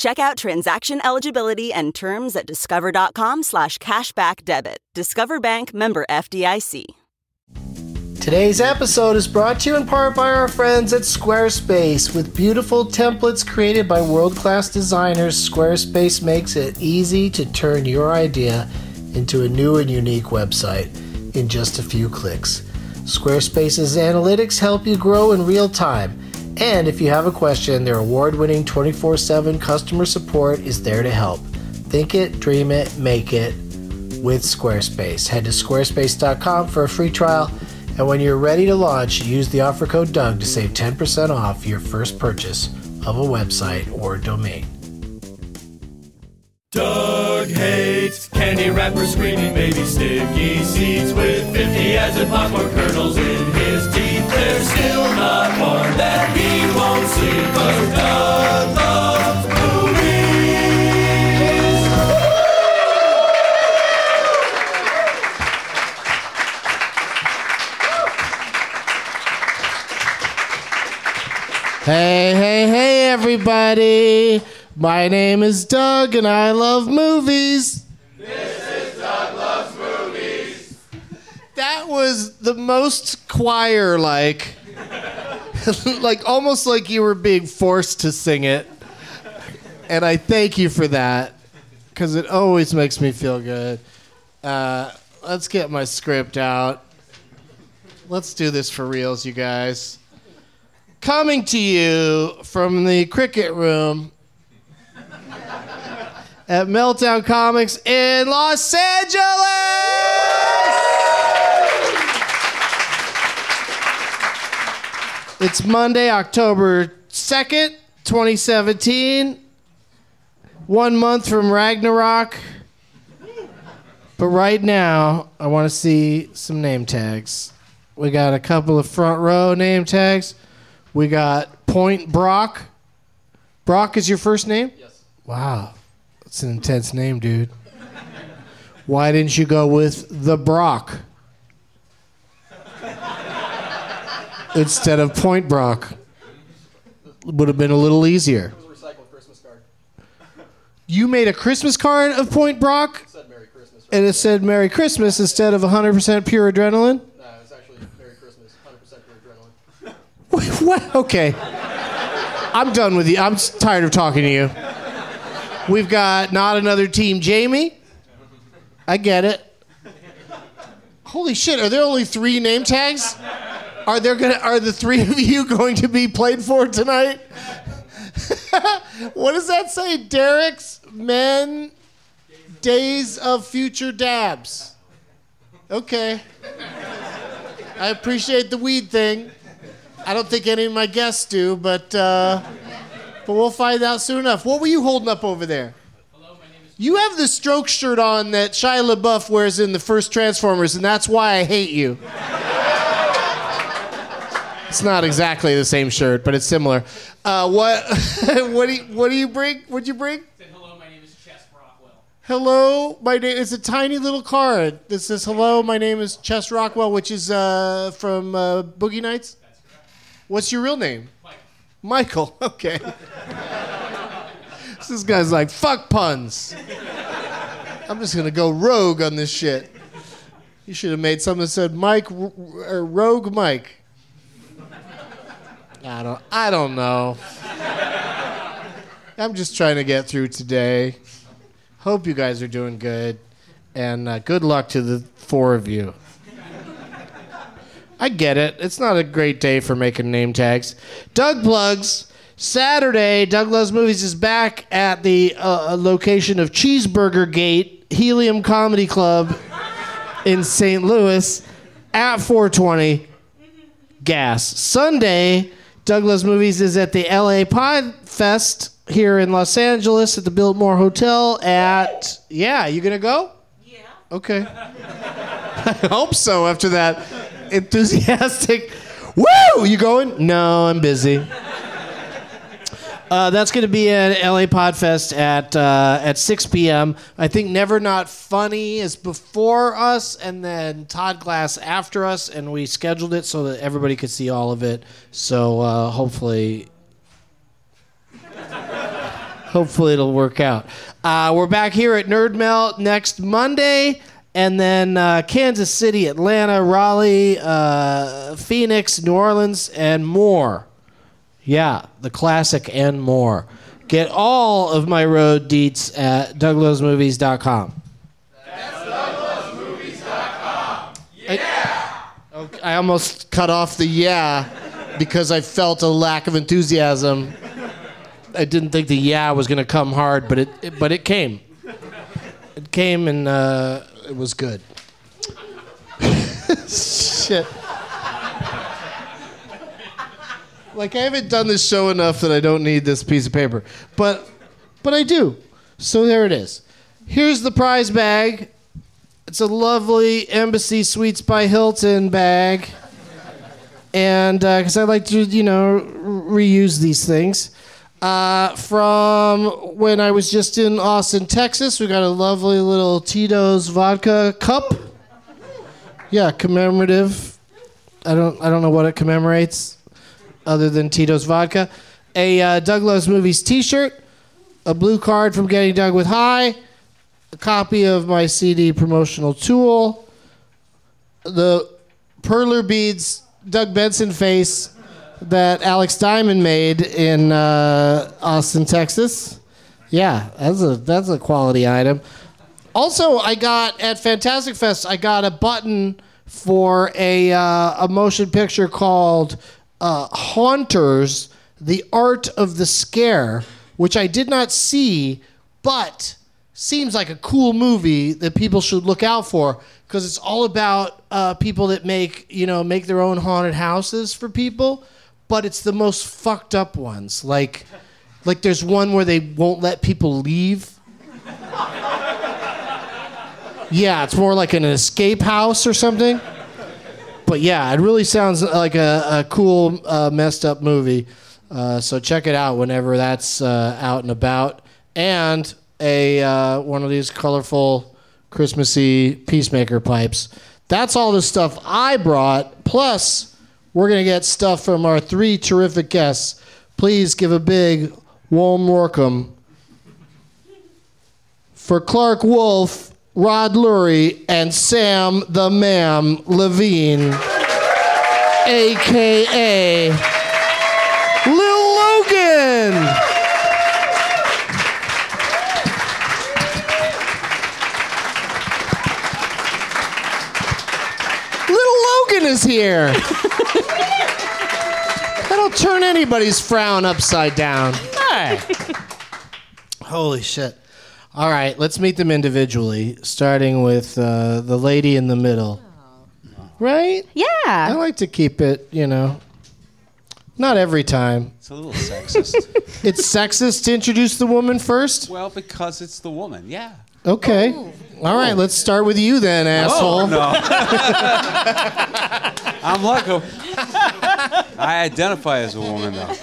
Check out transaction eligibility and terms at discover.com slash cashback debit. Discover Bank member FDIC. Today's episode is brought to you in part by our friends at Squarespace. With beautiful templates created by world class designers, Squarespace makes it easy to turn your idea into a new and unique website in just a few clicks. Squarespace's analytics help you grow in real time. And if you have a question, their award winning 24 7 customer support is there to help. Think it, dream it, make it with Squarespace. Head to squarespace.com for a free trial. And when you're ready to launch, use the offer code DOUG to save 10% off your first purchase of a website or domain. Doug hates candy wrappers, screaming baby sticky seeds with 50 as in popcorn kernels in his teeth. There's still not one that he won't see, but Doug loves movies. Hey, hey, hey, everybody! My name is Doug and I love movies. This is Doug Loves Movies. That was the most choir like, like almost like you were being forced to sing it. And I thank you for that because it always makes me feel good. Uh, let's get my script out. Let's do this for reals, you guys. Coming to you from the cricket room at Meltdown Comics in Los Angeles. It's Monday, October 2nd, 2017. One month from Ragnarok. But right now, I want to see some name tags. We got a couple of front row name tags. We got Point Brock. Brock is your first name? Yes. Wow. It's an intense name, dude. Why didn't you go with the Brock? instead of Point Brock. Would have been a little easier. Recycled Christmas card. You made a Christmas card of Point Brock Said Merry Christmas. and it said Merry Christmas instead of 100% pure adrenaline? No, Uh, it's actually Merry Christmas. 100% pure adrenaline. Wait, what? Okay. I'm done with you. I'm s- tired of talking to you. We've got not another team, Jamie. I get it. Holy shit! Are there only three name tags? Are there gonna? Are the three of you going to be played for tonight? what does that say? Derek's men, days of future dabs. Okay. I appreciate the weed thing. I don't think any of my guests do, but uh, but we'll find out soon enough. What were you holding up over there? You have the stroke shirt on that Shia LaBeouf wears in the first Transformers, and that's why I hate you. it's not exactly the same shirt, but it's similar. Uh, what what do you, what do you bring? What'd you bring? Hello, my name is Chess Rockwell. Hello, my name. It's a tiny little card that says "Hello, my name is Chess Rockwell," which is uh, from uh, Boogie Nights. What's your real name? Michael. Michael. Okay. this guy's like fuck puns. I'm just gonna go rogue on this shit. You should have made something that said Mike R- or Rogue Mike. I don't. I don't know. I'm just trying to get through today hope you guys are doing good and uh, good luck to the four of you i get it it's not a great day for making name tags doug plugs saturday doug loves movies is back at the uh, location of cheeseburger gate helium comedy club in st louis at 420 gas. Sunday, Douglas Movies is at the LA Pod Fest here in Los Angeles at the Biltmore Hotel at yeah, you gonna go? Yeah. Okay. I hope so after that enthusiastic Woo! You going? No, I'm busy. Uh, that's going to be at LA Podfest at uh, at 6 p.m. I think Never Not Funny is before us, and then Todd Glass after us, and we scheduled it so that everybody could see all of it. So uh, hopefully, hopefully it'll work out. Uh, we're back here at Nerd Melt next Monday. And then uh, Kansas City, Atlanta, Raleigh, uh, Phoenix, New Orleans, and more. Yeah, the classic and more. Get all of my road deets at douglasmovies.com. That's douglasmovies.com. Yeah. Okay, I almost cut off the yeah because I felt a lack of enthusiasm. I didn't think the yeah was going to come hard, but it, it- but it came. It came and uh, it was good. Shit. Like I haven't done this show enough that I don't need this piece of paper, but but I do. So there it is. Here's the prize bag. It's a lovely Embassy Suites by Hilton bag, and because I like to you know reuse these things. Uh, from when I was just in Austin, Texas, we got a lovely little Tito's vodka cup. Yeah, commemorative. I don't I don't know what it commemorates other than Tito's vodka, a uh, Doug Loves Movies T-shirt, a blue card from Getting Doug with High, a copy of my CD promotional tool, the perler beads Doug Benson face that Alex Diamond made in uh, Austin, Texas. Yeah, that's a that's a quality item. Also, I got at Fantastic Fest. I got a button for a uh, a motion picture called uh, "Haunters: The Art of the Scare," which I did not see, but seems like a cool movie that people should look out for because it's all about uh, people that make you know make their own haunted houses for people, but it's the most fucked up ones. Like, like there's one where they won't let people leave. Yeah, it's more like an escape house or something. But yeah, it really sounds like a, a cool, uh, messed up movie. Uh, so check it out whenever that's uh, out and about. And a uh, one of these colorful, Christmassy peacemaker pipes. That's all the stuff I brought. Plus, We're going to get stuff from our three terrific guests. Please give a big warm welcome for Clark Wolf, Rod Lurie, and Sam the Ma'am Levine, a.k.a. Lil Logan. Little Logan is here. That'll turn anybody's frown upside down. Hey. Holy shit. All right, let's meet them individually, starting with uh, the lady in the middle. Oh. Right? I Yeah. like to keep it, you know, not every time. It's a little sexist. It's sexist to introduce the woman first? well, because it's the woman. Yeah. Okay. All right, let's start with you then, Oh, asshole. I'm lucky. I identify as a woman, though.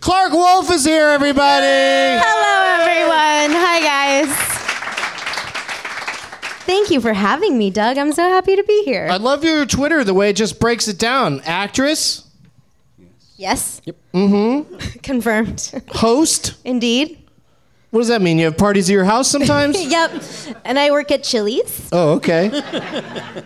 Clark Wolf is here, everybody. Hello, everyone. Hi, guys. Thank you for having me, Doug. I'm so happy to be here. I love your Twitter, the way it just breaks it down. Actress, yes. Yep. Mm-hmm. Confirmed. host. Indeed. What does that mean? You have parties at your house sometimes? Yep. And I work at Chili's. oh, okay.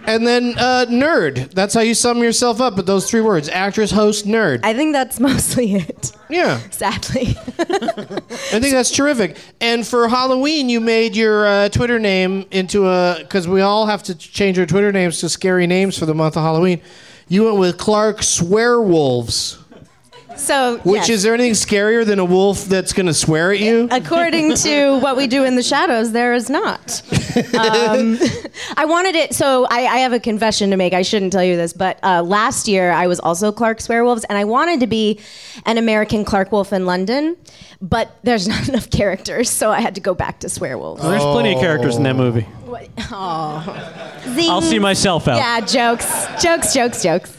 and then uh, nerd. That's how you sum yourself up with those three words actress, host, nerd. I think that's mostly it. yeah. Sadly. I think that's terrific. And for Halloween, you made your uh, Twitter name into a because we all have to change our Twitter names to scary names for the month of Halloween. You went with Clark Swearwolves. So, Which yes. Uh, is there anything scarier than a wolf that's going to swear at you? according to what we do in the shadows, there is not. Um, I wanted it, so I, I have a confession to make. I shouldn't tell you this, but uh, last year I was also Clark's Werewolves, and I wanted to be an American Clark Wolf in London, but there's not enough characters, so I had to go back to Swearwolves. There's plenty of characters in that movie. Oh. What- aw. Zing. I'll see myself out. Yeah, jokes, jokes, jokes, jokes.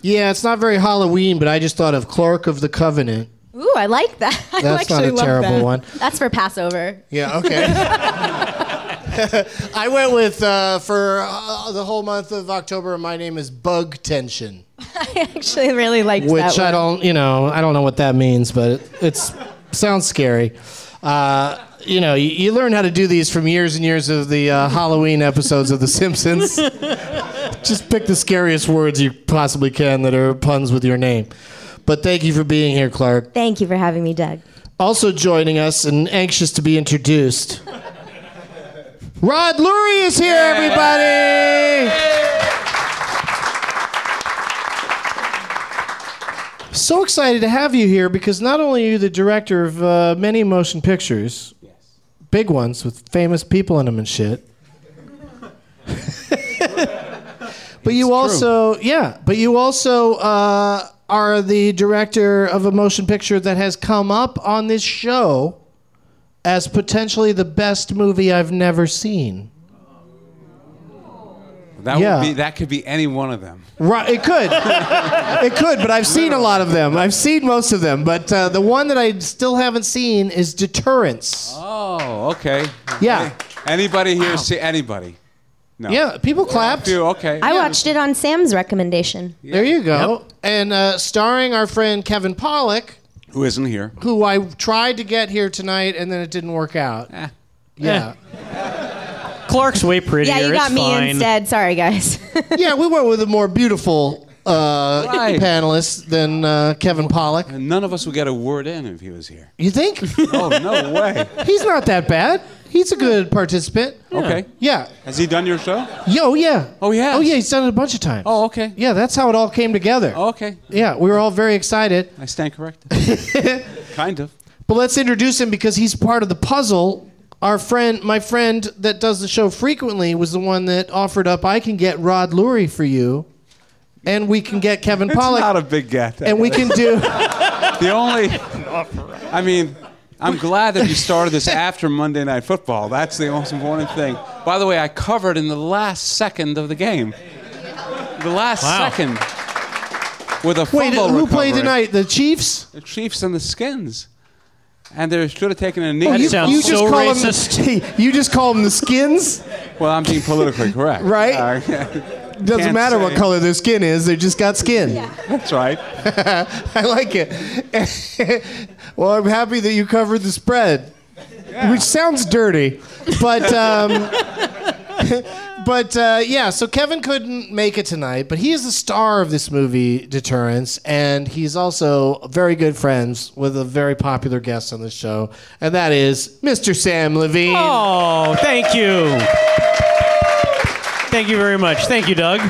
Yeah, it's not very Halloween, but I just thought of Clark of the Covenant. Ooh, I like that. I That's not actually a love terrible that. one. That's for Passover. Yeah, okay. I went with uh, for uh, the whole month of October. My name is Bug Tension, I actually really liked that. which one. I don't, you know, I don't know what that means, but it it's, sounds scary. Uh, you know, you, you learn how to do these from years and years of the uh, Halloween episodes of The Simpsons. Just pick the scariest words you possibly can that are puns with your name. But thank you for being here, Clark. Thank you for having me, Doug. Also joining us and anxious to be introduced, Rod Lurie is here, everybody! So excited to have you here because not only are you the director of uh, many motion pictures, big ones with famous people in them and shit. but you also, yeah, but you also uh, are the director of a motion picture that has come up on this show as potentially the best movie I've never seen. That Yeah. would be. That could be any one of them. Right, it could, it could, but I've seen a lot of them. I've seen most of them, but uh, the one that I still haven't seen is Deterrence. Oh, okay. Yeah. Anybody here see anybody? No. Yeah, people clapped. Few, okay. I watched it on Sam's recommendation. There you go. And uh, starring our friend Kevin Pollock, Who isn't here? who I tried to get here tonight and then it didn't work out. Eh. Yeah. Clark's way prettier. Yeah, you it's got me fine. instead. Sorry, guys. yeah, we went with a more beautiful uh, Right. panelist than uh, Kevin Pollock. And none of us would get a word in if he was here. You think? Oh no way. He's not that bad. He's a good participant. Okay. Yeah. Has he done your show? Yo, yeah. Oh, he has? Oh, yeah, he's done it a bunch of times. Oh, okay. Yeah, that's how it all came together. Oh, okay. Yeah, we were all very excited. I stand corrected. kind of. But let's introduce him because he's part of the puzzle. Our friend, my friend that does the show frequently, was the one that offered up, I can get Rod Lurie for you, and we can get Kevin Pollock. It's not a big get. and we can do. The only. I mean, I'm glad that you started this after Monday Night Football. That's the most important thing. By the way, I covered in the last second of the game. The last Wow. second. With a fumble Wait, who played recovery. tonight? The Chiefs? The Chiefs and the Skins. And they should have taken a knee. That sounds Oh, you just so call 'em- racist. you just call them the Skins, well, I'm being politically correct. right? Uh, Doesn't Can't matter say. what color their skin is, they just got skin. That's right. I like it. well, I'm happy that you covered the spread, which sounds dirty, but um, but uh, yeah. So Kevin couldn't make it tonight, but he is the star of this movie, Deterrence, and he's also very good friends with a very popular guest on the show, and that is Mr. Sam Levine. Oh, thank you. Thank you very much. Thank you, Doug.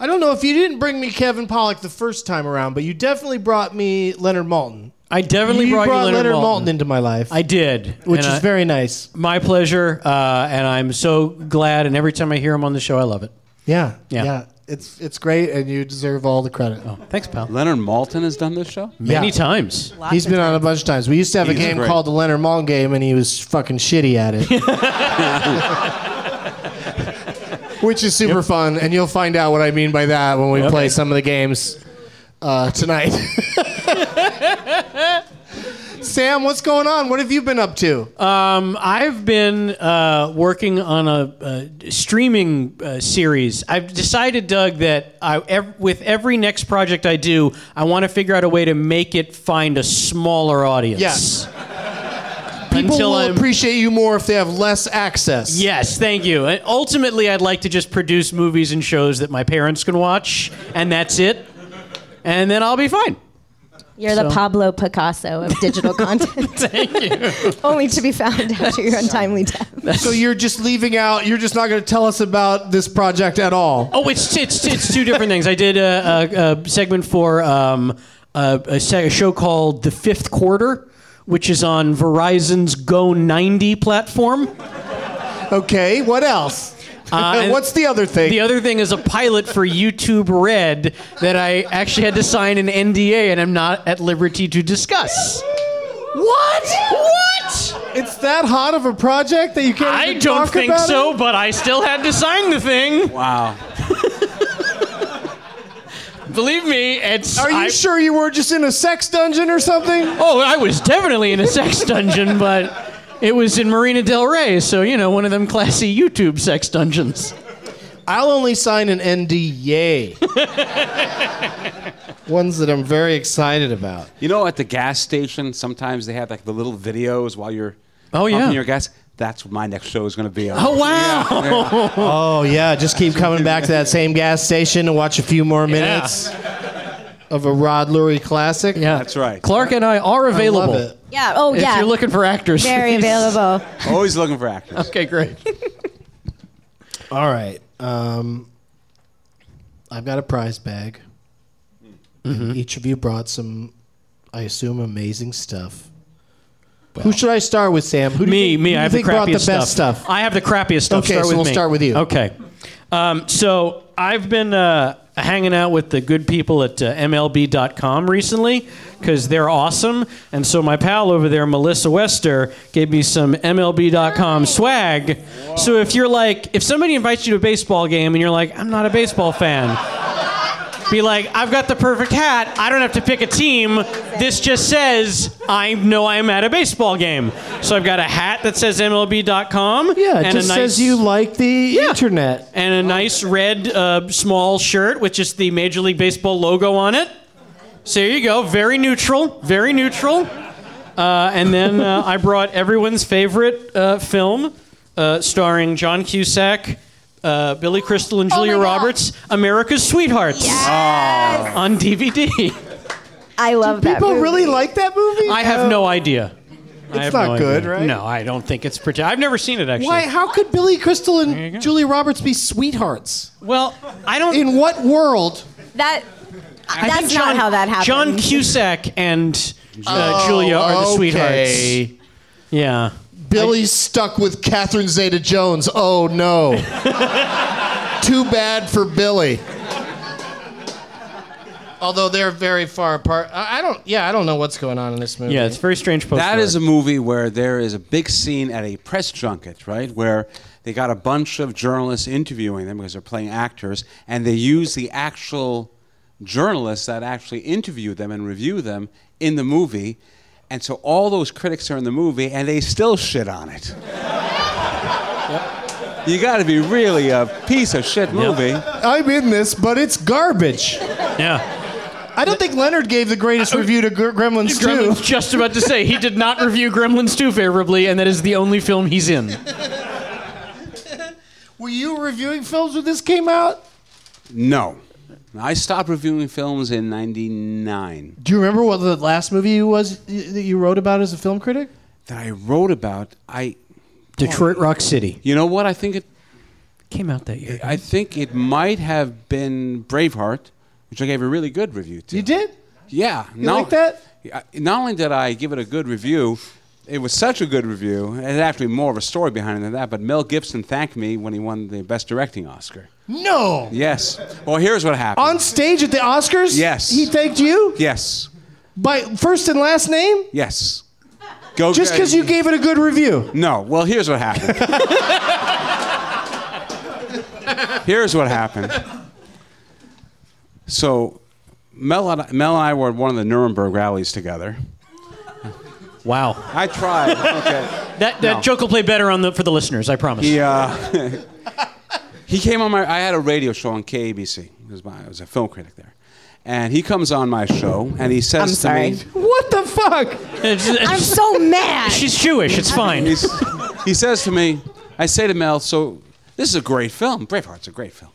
I don't know if you didn't bring me Kevin Pollock the first time around, but you definitely brought me Leonard Malton. I definitely you brought, you Leonard, Leonard, Maltin Maltin. into my life. I did, which and is I- very nice. my pleasure, uh, and I'm so glad. And every time I hear him on the show, I love it. Yeah, yeah, Yeah. Oh. It's it's great, and you deserve all the credit. Thanks, pal. Leonard Malton has done this show. Many Yeah. times. He's been on a bunch of times. We used to have a He's game great. called the Leonard Maltin game, and he was fucking shitty at it. Which is super fun, and you'll find out what I mean by that when we play some of the games uh, tonight. Sam, what's going on? What have you been up to? Um, I've been uh, working on a, uh streaming uh, series. I've decided, Doug, that I, ev- with every next project I do, I want to figure out a way to make it find a smaller audience. Yes. People until will I'm- appreciate you more if they have less access. Yes, thank you. And ultimately, I'd like to just produce movies and shows that my parents can watch, and that's it. And then I'll be fine. You're the So- Pablo Picasso of digital content. Thank you. Only to be found after your untimely death. So you're just leaving out. You're just not going to tell us about this project at all. Oh, it's it's it's two different things. I did a, a, a segment for um, a, a, se- a show called The Fifth Quarter, which is on Verizon's Go 90 platform. Okay. What else? and- What's the other thing? Uh, The other thing is a pilot for YouTube Red that I actually had to sign an NDA and I'm not at liberty to discuss. what? What? It's that hot of a project that you can't. I even don't talk think about so, it? but I still had to sign the thing. Wow. Believe me, it's. Are you I- sure you were just in a sex dungeon or something? Oh, I was definitely in a sex dungeon, but it was in Marina Del Rey, so you know, one of them classy YouTube sex dungeons. I'll only sign an NDA. Ones that I'm very excited about. You know, at the gas station, sometimes they have like the little videos while you're Oh, yeah. pumping your gas. That's what my next show is going to be on. Oh wow! Oh yeah, just keep coming back to that same gas station and watch a few more minutes of a Rod Lurie classic. Yeah, That's right. Clark and I are I love available. it. Yeah. Oh, If yeah. you're looking for actors, Very please. available. Always looking for actors. Okay, great. All right. Um, I've got a prize bag. Mm-hmm. Each of you brought some, I assume, amazing stuff. Who should I start with, Sam? Who do me, you think, who me. do you I have the think brought crappiest the best stuff? I have the crappiest stuff. Okay, start so with we'll me. start with you. Okay. Um, so I've been uh, hanging out with the good people at uh, MLB.com recently because they're awesome, and so my pal over there, Melissa Wester, gave me some MLB.com swag. So if you're like, if somebody invites you to a baseball game and you're like, I'm not a baseball fan. Be like, I've got the perfect hat. I don't have to pick a team. This just says I know I'm at a baseball game. So I've got a hat that says MLB.com. yeah, it and just a nice, says you like the internet. And a nice red uh, small shirt with just the Major League Baseball logo on it. So there you go. Very neutral. Very neutral. Uh, and then uh, I brought everyone's favorite uh, film, uh, starring John Cusack, uh, Billy Crystal, and Oh my Julia God. Roberts, America's Sweethearts on DVD. I love that. People movie. really like that movie. I have no idea. It's not good, right? No, I don't think it's pretty. I've never seen it actually. Why? How could Billy Crystal and go. Julia Roberts be sweethearts? Well, I don't. In what world? that. I that's think John- not how that happened. John Cusack and uh, Julia are the okay. sweethearts. Yeah. Billy's stuck with Catherine Zeta Jones. Oh no. Too bad for Billy. Although they're very far apart. I I don't, yeah, I don't know what's going on in this movie. Yeah, it's a very strange poster. That is a movie where there is a big scene at a press junket, right? Where they got a bunch of journalists interviewing them because they're playing actors, and they use the actual journalists that actually interview them and review them in the movie. And so all those critics are in the movie, and they still shit on it. You got to be really a piece of shit movie. I'm in this, but it's garbage. Yeah. I don't think Leonard gave the greatest review to Gr- Gremlins Gremlins 2. just about to say he did not review Gremlins 2 favorably, and that is the only film he's in. Were you reviewing films when this came out? No. I stopped reviewing films in 99. Do you remember what the last movie was y- that you wrote about as a film critic? That I wrote about, I Detroit Rock City you know what? I think it came out that year. I think it might have been Braveheart, which I gave a really good review to. You did? Yeah. You like that? Not only did I give it a good review, it was such a good review. It's actually more of a story behind it than that. But Mel Gibson thanked me when he won the Best Directing Oscar. No. Yes. Well, here's what happened. On stage at the Oscars? Yes. He thanked you? yes. By first and last name? Yes. Go. Just because you gave it a good review. No. Well, here's what happened. here's what happened. So, Mel and, Mel and I were at one of the Nuremberg rallies together. Wow. I tried. Okay. That, that No. joke will play better on the for the listeners, I promise. He, uh, he came on my. I had a radio show on KABC. It was my. I was a film critic there, and he comes on my show and he says I'm to sorry. me. What the fuck? It's- it's- I'm so mad. she's Jewish. It's fine. He's, he says to me, I say to Mel, so this is a great film. Braveheart's a great film.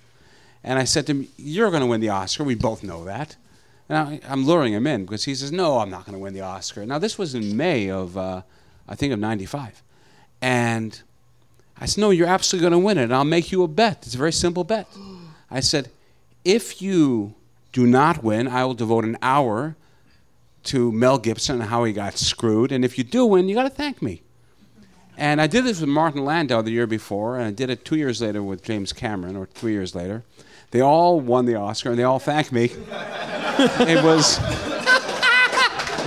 And I said to him, You're going to win the Oscar. We both know that. And I, I'm luring him in because he says, No, I'm not going to win the Oscar. Now, this was in May of, uh, I think, of 95. And I said, No, you're absolutely going to win it. And I'll make you a bet. It's a very simple bet. I said, If you do not win, I will devote an hour to Mel Gibson and how he got screwed. And if you do win, you got to thank me. And I did this with Martin Landau the year before, and I did it two years later with James Cameron, or three years later. They all won the Oscar, and they all thanked me. it was.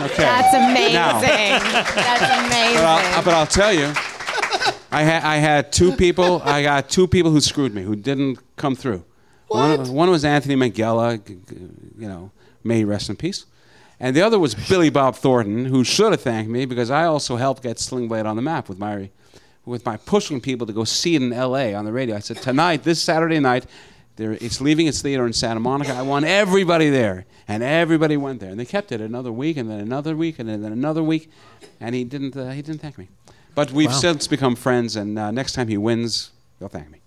Okay. That's amazing. Now- That's amazing. but, I'll, but I'll tell you, I, ha- I had two people. I got two people who screwed me, who didn't come through. One, one was Anthony Mangella, g- g- you know, may he rest in peace. And the other was Billy Bob Thornton, who should have thanked me because I also helped get Sling Blade on the map with my, with my pushing people to go see it in L.A. on the radio. I said tonight, this Saturday night. There, it's leaving its theater in Santa Monica. I want everybody there. And everybody went there. And they kept it another week, and then another week, and then another week. And he didn't, uh, he didn't thank me. But we've since become friends, and uh, next time he wins, he'll thank me.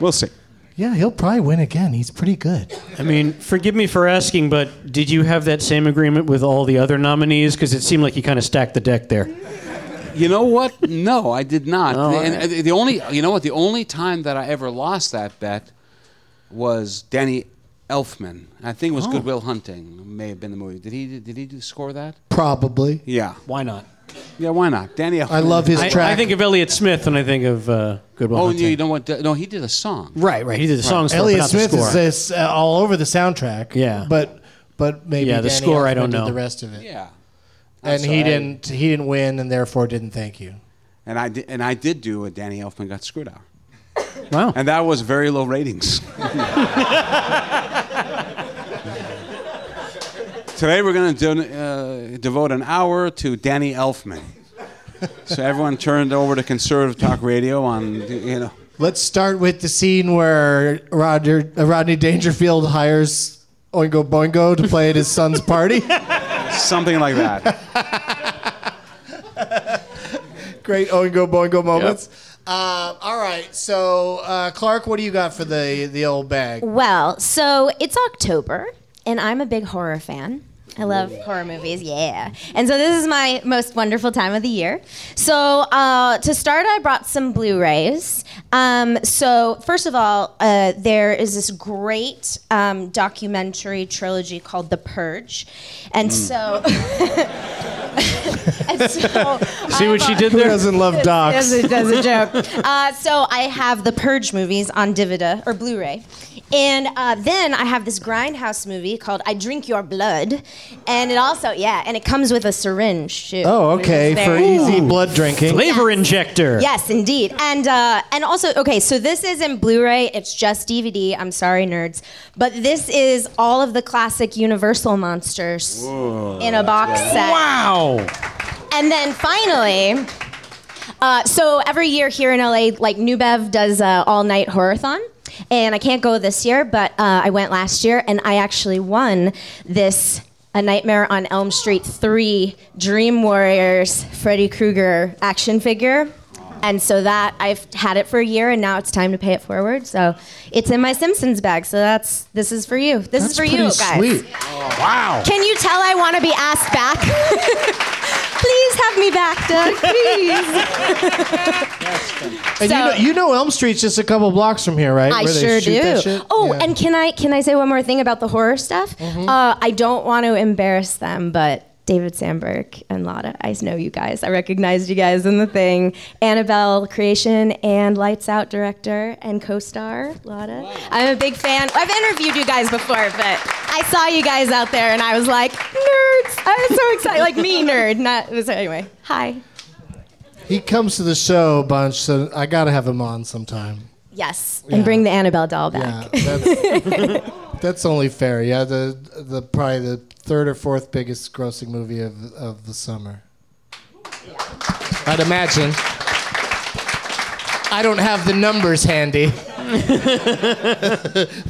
we'll see. Yeah, he'll probably win again. He's pretty good. I mean, forgive me for asking, but did you have that same agreement with all the other nominees? Because it seemed like you kind of stacked the deck there. You know what? No, I did not. and and the only, you know what? The only time that I ever lost that bet was Danny Elfman. I think it was Goodwill Hunting. May have been the movie. Did he? Did he do score that? Probably. Yeah. Why not? Yeah. Why not? Danny Elfman. I love his I, track. I think of Elliot Smith and I think of uh, Goodwill Oh, and Hunting. you know what? No, he did a song. right, right. He did the songs for it, but Elliot not Smith the score. is this, uh, all over the soundtrack. Yeah. but but maybe Yeah, the Danny score, I Elfman don't did know. the rest of it. Yeah. and so he I- didn't he didn't win, and therefore didn't thank you. And I did, and I did do a Danny Elfman got screwed out. Wow. And that was very low ratings. Today we're going to uh, devote an hour to Danny Elfman. So everyone turned over to conservative talk radio on, you know. Let's start with the scene where Roger uh, Rodney Dangerfield hires Oingo Boingo to play at his son's party. Something like that. Great Oingo Boingo moments. Uh, all right, so uh, Clark, what do you got for the the old bag? Well, so it's October, and I'm a big horror fan. I love horror movies, yeah. And so this is my most wonderful time of the year. So uh, to start, I brought some Blu-rays. Um, so first of all, uh, there is this great um, documentary trilogy called The Purge, and so. and so See what she did Who there? doesn't love docs? That's a, that's a joke. Uh, so I have the Purge movies on Divida or Blu-ray, and uh, then I have this Grindhouse movie called I Drink Your Blood, and it also yeah, and it comes with a syringe too. Oh, which is okay, for very- easy blood drinking. Flavor injector. Yes, indeed. And uh, and also, okay, so this isn't Blu-ray; it's just DVD. I'm sorry, nerds, but this is all of the classic Universal monsters in a box set. Wow. And then finally, Uh, so every year here in LA, like Nubev does uh, all night horrorthon. And I can't go this year, but uh, I went last year and I actually won this A Nightmare on Elm Street 3 Dream Warriors Freddy Krueger action figure. And so that I've had it for a year and now it's time to pay it forward. So it's in my Simpsons bag. So that's this is for you. This is for you guys. Sweet. Wow. Can you tell I want to be asked back? please have me back, Doug. Please. And you, So- know, you know Elm Street's just a couple blocks from here, right? I Where they sure shoot that shit? do. Oh, Yeah. and can I can I say one more thing about the horror stuff? Uh, I don't want to embarrass them, but David Sandberg and Lotta, I know you guys. I recognized you guys in the thing. Annabelle creation and Lights Out director and co-star Lotta. I'm a big fan. I've interviewed you guys before, but I saw you guys out there and I was like, nerds. I was so excited. Like me, nerd. Not so anyway. Hi. he comes to the show a bunch, so I gotta have him on sometime. Yes, and bring the Annabelle doll Yeah, back. that's, that's only fair. Yeah, the the probably the third or fourth biggest grossing movie of of the summer. I'd imagine. I don't have the numbers handy,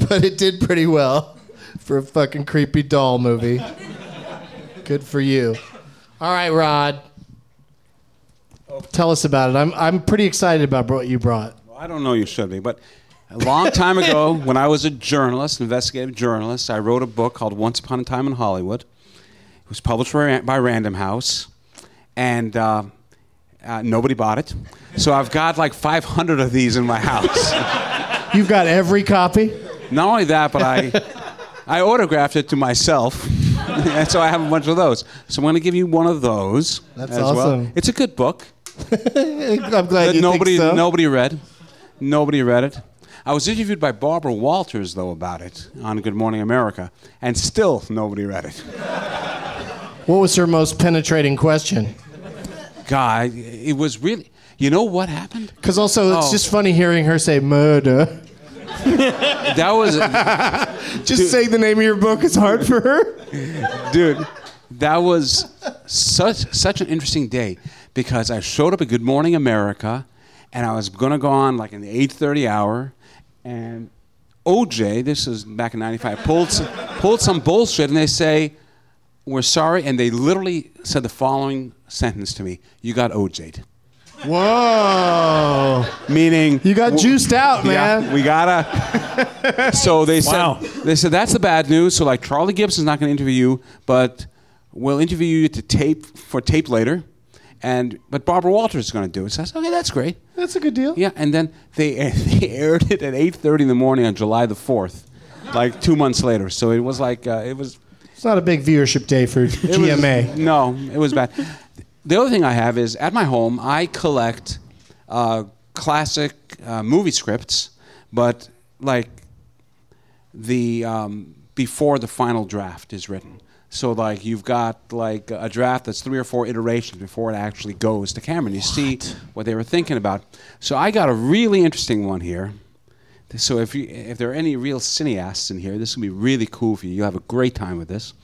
but it did pretty well for a fucking creepy doll movie. Good for you. All right, Rod. Tell us about it. I'm I'm pretty excited about what you brought. I don't know you should be, but a long time ago, when I was a journalist, investigative journalist, I wrote a book called Once Upon a Time in Hollywood. It was published by by Random House, and uh, uh, nobody bought it. So I've got like 500 of these in my house. You've got every copy. Not only that, but I, I autographed it to myself, and so I have a bunch of those. So I'm going to give you one of those. That's as Well. awesome. It's a good book I'm glad that you nobody think so. nobody read. Nobody read it. I was interviewed by Barbara Walters though about it on Good Morning America, and still nobody read it. What was her most penetrating question? God, it was really. You know what happened? Because also, it's Oh. just funny hearing her say murder. That was Just saying the name of your book is hard for her. dude that was such such an interesting day because i showed up at good morning america and i was going to go on like an 8.30 hour and oj this is back in 95 pulled some, pulled some bullshit and they say we're sorry and they literally said the following sentence to me you got oj'd Whoa. meaning You got juiced out, yeah, man. we gotta. so they said Wow. they said that's the bad news. So like Charlie Gibson's not going to interview you, but we'll interview you to tape for tape later, and but Barbara Walters is going to do it. So I said, okay, that's great. That's a good deal. Yeah, and then they they aired it at 8:30 in the morning on July the fourth, like two months later. So it was like uh, it was It's not a big viewership day for it was- GMA. no, it was bad. The other thing I have is at my home, I collect uh, classic uh, movie scripts, but like the um, before the final draft is written. So like you've got like a draft that's three or four iterations before it actually goes to camera, and you see what they were thinking about. So I got a really interesting one here. So if you, if there are any real cineasts in here, this will be really cool for you. You'll have a great time with this.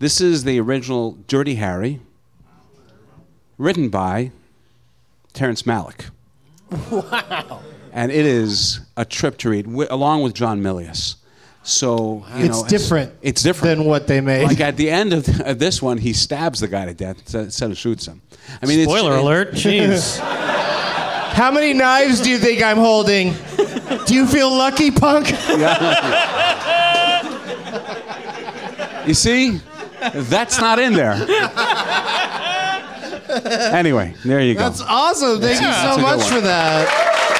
This is the original Dirty Harry, written by Terrence Malick. Wow. And it is a trip to read, wi- along with John Milius. So you It's know, different It's different than what they made. Like at the end of, of this one, he stabs the guy to death instead- instead of shoots him. I mean, it's- Spoiler it- alert. Jeez. How many knives do you think I'm holding? Do you feel lucky, punk? You see, that's not in there. anyway, there you go. That's awesome. Thank you That's a so good much one. for that.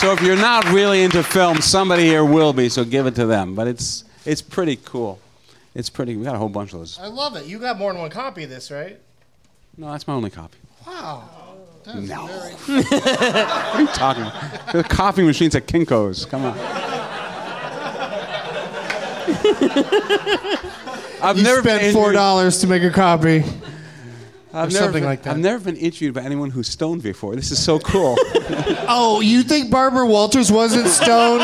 So if you're not really into film, somebody here will be. So give it to them. But it's it's pretty cool. It's pretty. We got a whole bunch of those. I love it. You got more than one copy of this, right? No, that's my only copy. Wow. No. what are you talking about? The coffee machines at Kinko's. Come on. I've You never been spent four interviewed- dollars to make a copy. I've or never something been- like that. I've never been interviewed by anyone who's stoned before. This is so cool. Oh, you think Barbara Walters wasn't stoned?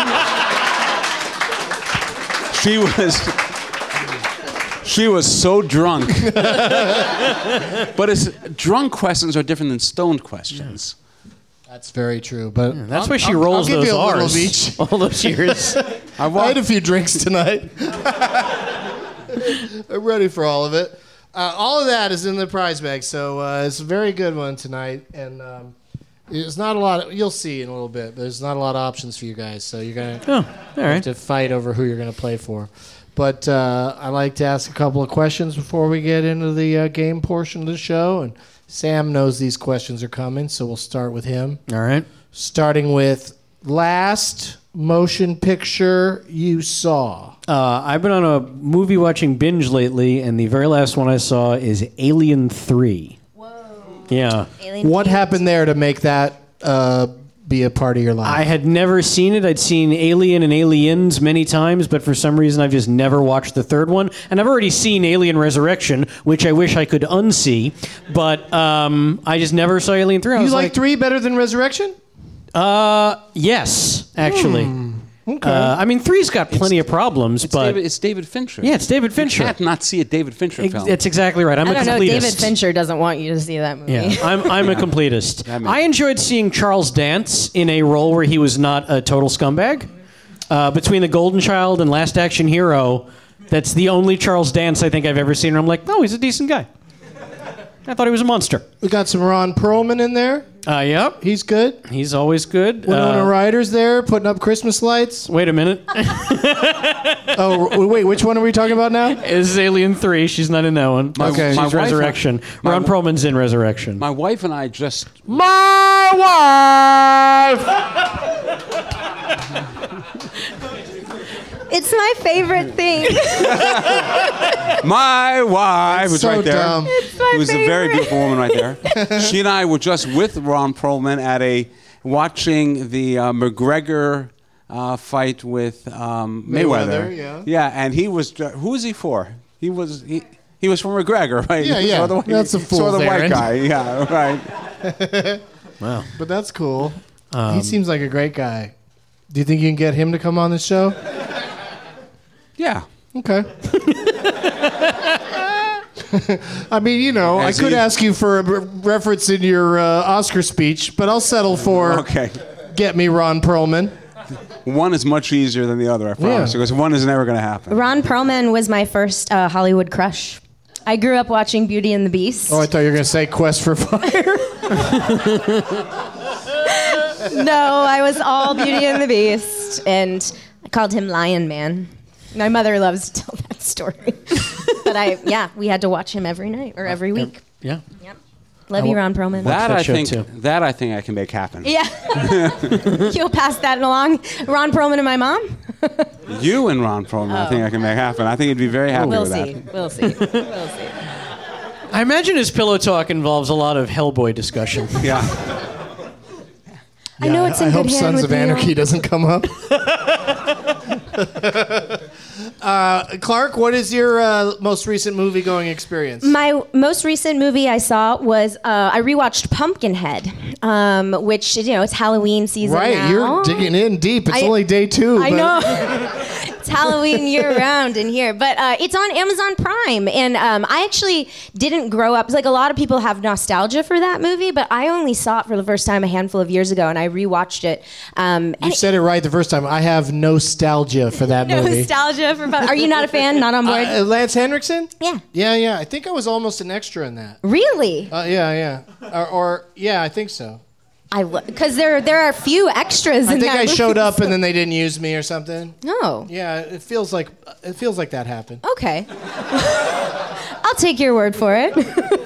she was. She was so drunk. but it's, drunk questions are different than stoned questions. That's very true. But That's why she rolls I'll give those you a little R's. of each. All those years. I I walked, had a few drinks tonight. I'm ready for all of it. Uh, all of that is in the prize bag, so uh, it's a very good one tonight. And um, it's not a lot. you'll see in a little bit. But there's not a lot of options for you guys, so you're gonna oh, all have right. to fight over who you're gonna play for. But uh, I like to ask a couple of questions before we get into the uh, game portion of the show. And Sam knows these questions are coming, so we'll start with him All right. starting with last motion picture you saw. Uh, I've been on a movie watching binge lately, and the very last one I saw is Alien 3. Whoa. Yeah. Alien What Cube. happened there to make that uh, be a part of your life? I had never seen it. I'd seen Alien and Aliens many times, but for some reason I've just never watched the third one. And I've already seen Alien Resurrection, which I wish I could unsee, but um, I just never saw Alien 3. I you was like three better than Resurrection? Uh, yes, actually. Hmm, okay. Uh, I mean, three's got plenty of problems, it's, but David, it's David Fincher. yeah, it's David You Fincher. can't not see a David Fincher Ex- film. That's exactly right. I'm I a don't know. completist. David Fincher doesn't want you to see that movie. Yeah, I'm, I'm a completist. I mean- I enjoyed seeing Charles Dance in a role where he was not a total scumbag. Uh, between The Golden Child and Last Action Hero, that's the only Charles Dance I think I've ever seen. And I'm like, no, he's a decent guy. I thought he was a monster. We got some Ron Perlman in there. Uh, yep, He's good. he's always good. Winona Uh, Ryder's there putting up Christmas lights. wait a minute. oh, w- wait, which one are we talking about now? This is Alien 3. She's not in that one. Okay. She's my wife- Resurrection. Ron Perlman's in Resurrection. My wife and I just My wife! It's my favorite thing. My wife was so right there. dumb. It's my Who was a very favorite. beautiful woman right there. she and I were just with Ron Perlman at a watching the uh, McGregor uh, fight with um, Mayweather. Mayweather, yeah. Yeah, and he was. ju- Who was he for? He was. He, he was from McGregor, right? Yeah, He yeah. saw the, That's a he saw the fool's errand. white guy. Yeah, right. But that's cool. Um, he Um, seems like a great guy. Do you think you can get him to come on the show? Yeah. Okay. I mean, you know, As I could he- ask you for a re- reference in your uh, Oscar speech, but I'll settle for Okay. get me Ron Perlman. One is much easier than the other. I promise. Yeah. Because one is never going to happen. Ron Perlman was my first uh, Hollywood crush. I grew up watching Beauty and the Beast. Oh, I thought you were going to say Quest for Fire. Oh. no, I was all Beauty and the Beast, and I called him Lion Man. My mother loves to tell that story, but I yeah, we had to watch him every night or every week. yeah. Love you, Ron Perlman. That, I show think. too. That I think I can make happen. Yeah, you'll pass that along. Ron Perlman and my mom. You and Ron Perlman, I think I can make happen. I think he'd be very happy We'll with that. see. We'll see. We'll see. I imagine his pillow talk involves a lot of Hellboy discussion. Yeah. I know it's in I good hope hand Sons of with uh, Leo. Anarchy doesn't come up. uh, Clark, what is your uh, most recent movie going experience? My most recent movie I saw was uh, I rewatched Pumpkinhead, um, which you know it's Halloween season right, now. you're digging in deep. It's I- only day two. I but know. it's Halloween year round in here, but uh, it's on Amazon Prime. And um, I actually didn't grow up. Like a lot of people have nostalgia for that movie, but I only saw it for the first time a handful of years ago, and I rewatched it. Um, You and said it right the first time. I have nostalgia for that movie. nostalgia for. Are you not a fan? Not on board? Uh, Lance Henriksen? Yeah. Yeah, yeah. I think I was almost an extra in that. really? Uh, yeah, yeah. Or, or yeah, I think so. I because there there are few extras. I in think that I movie. showed up and then they didn't use me or something. No. Yeah, it feels like it feels like that happened. Oh, Okay. I'll take your word for it.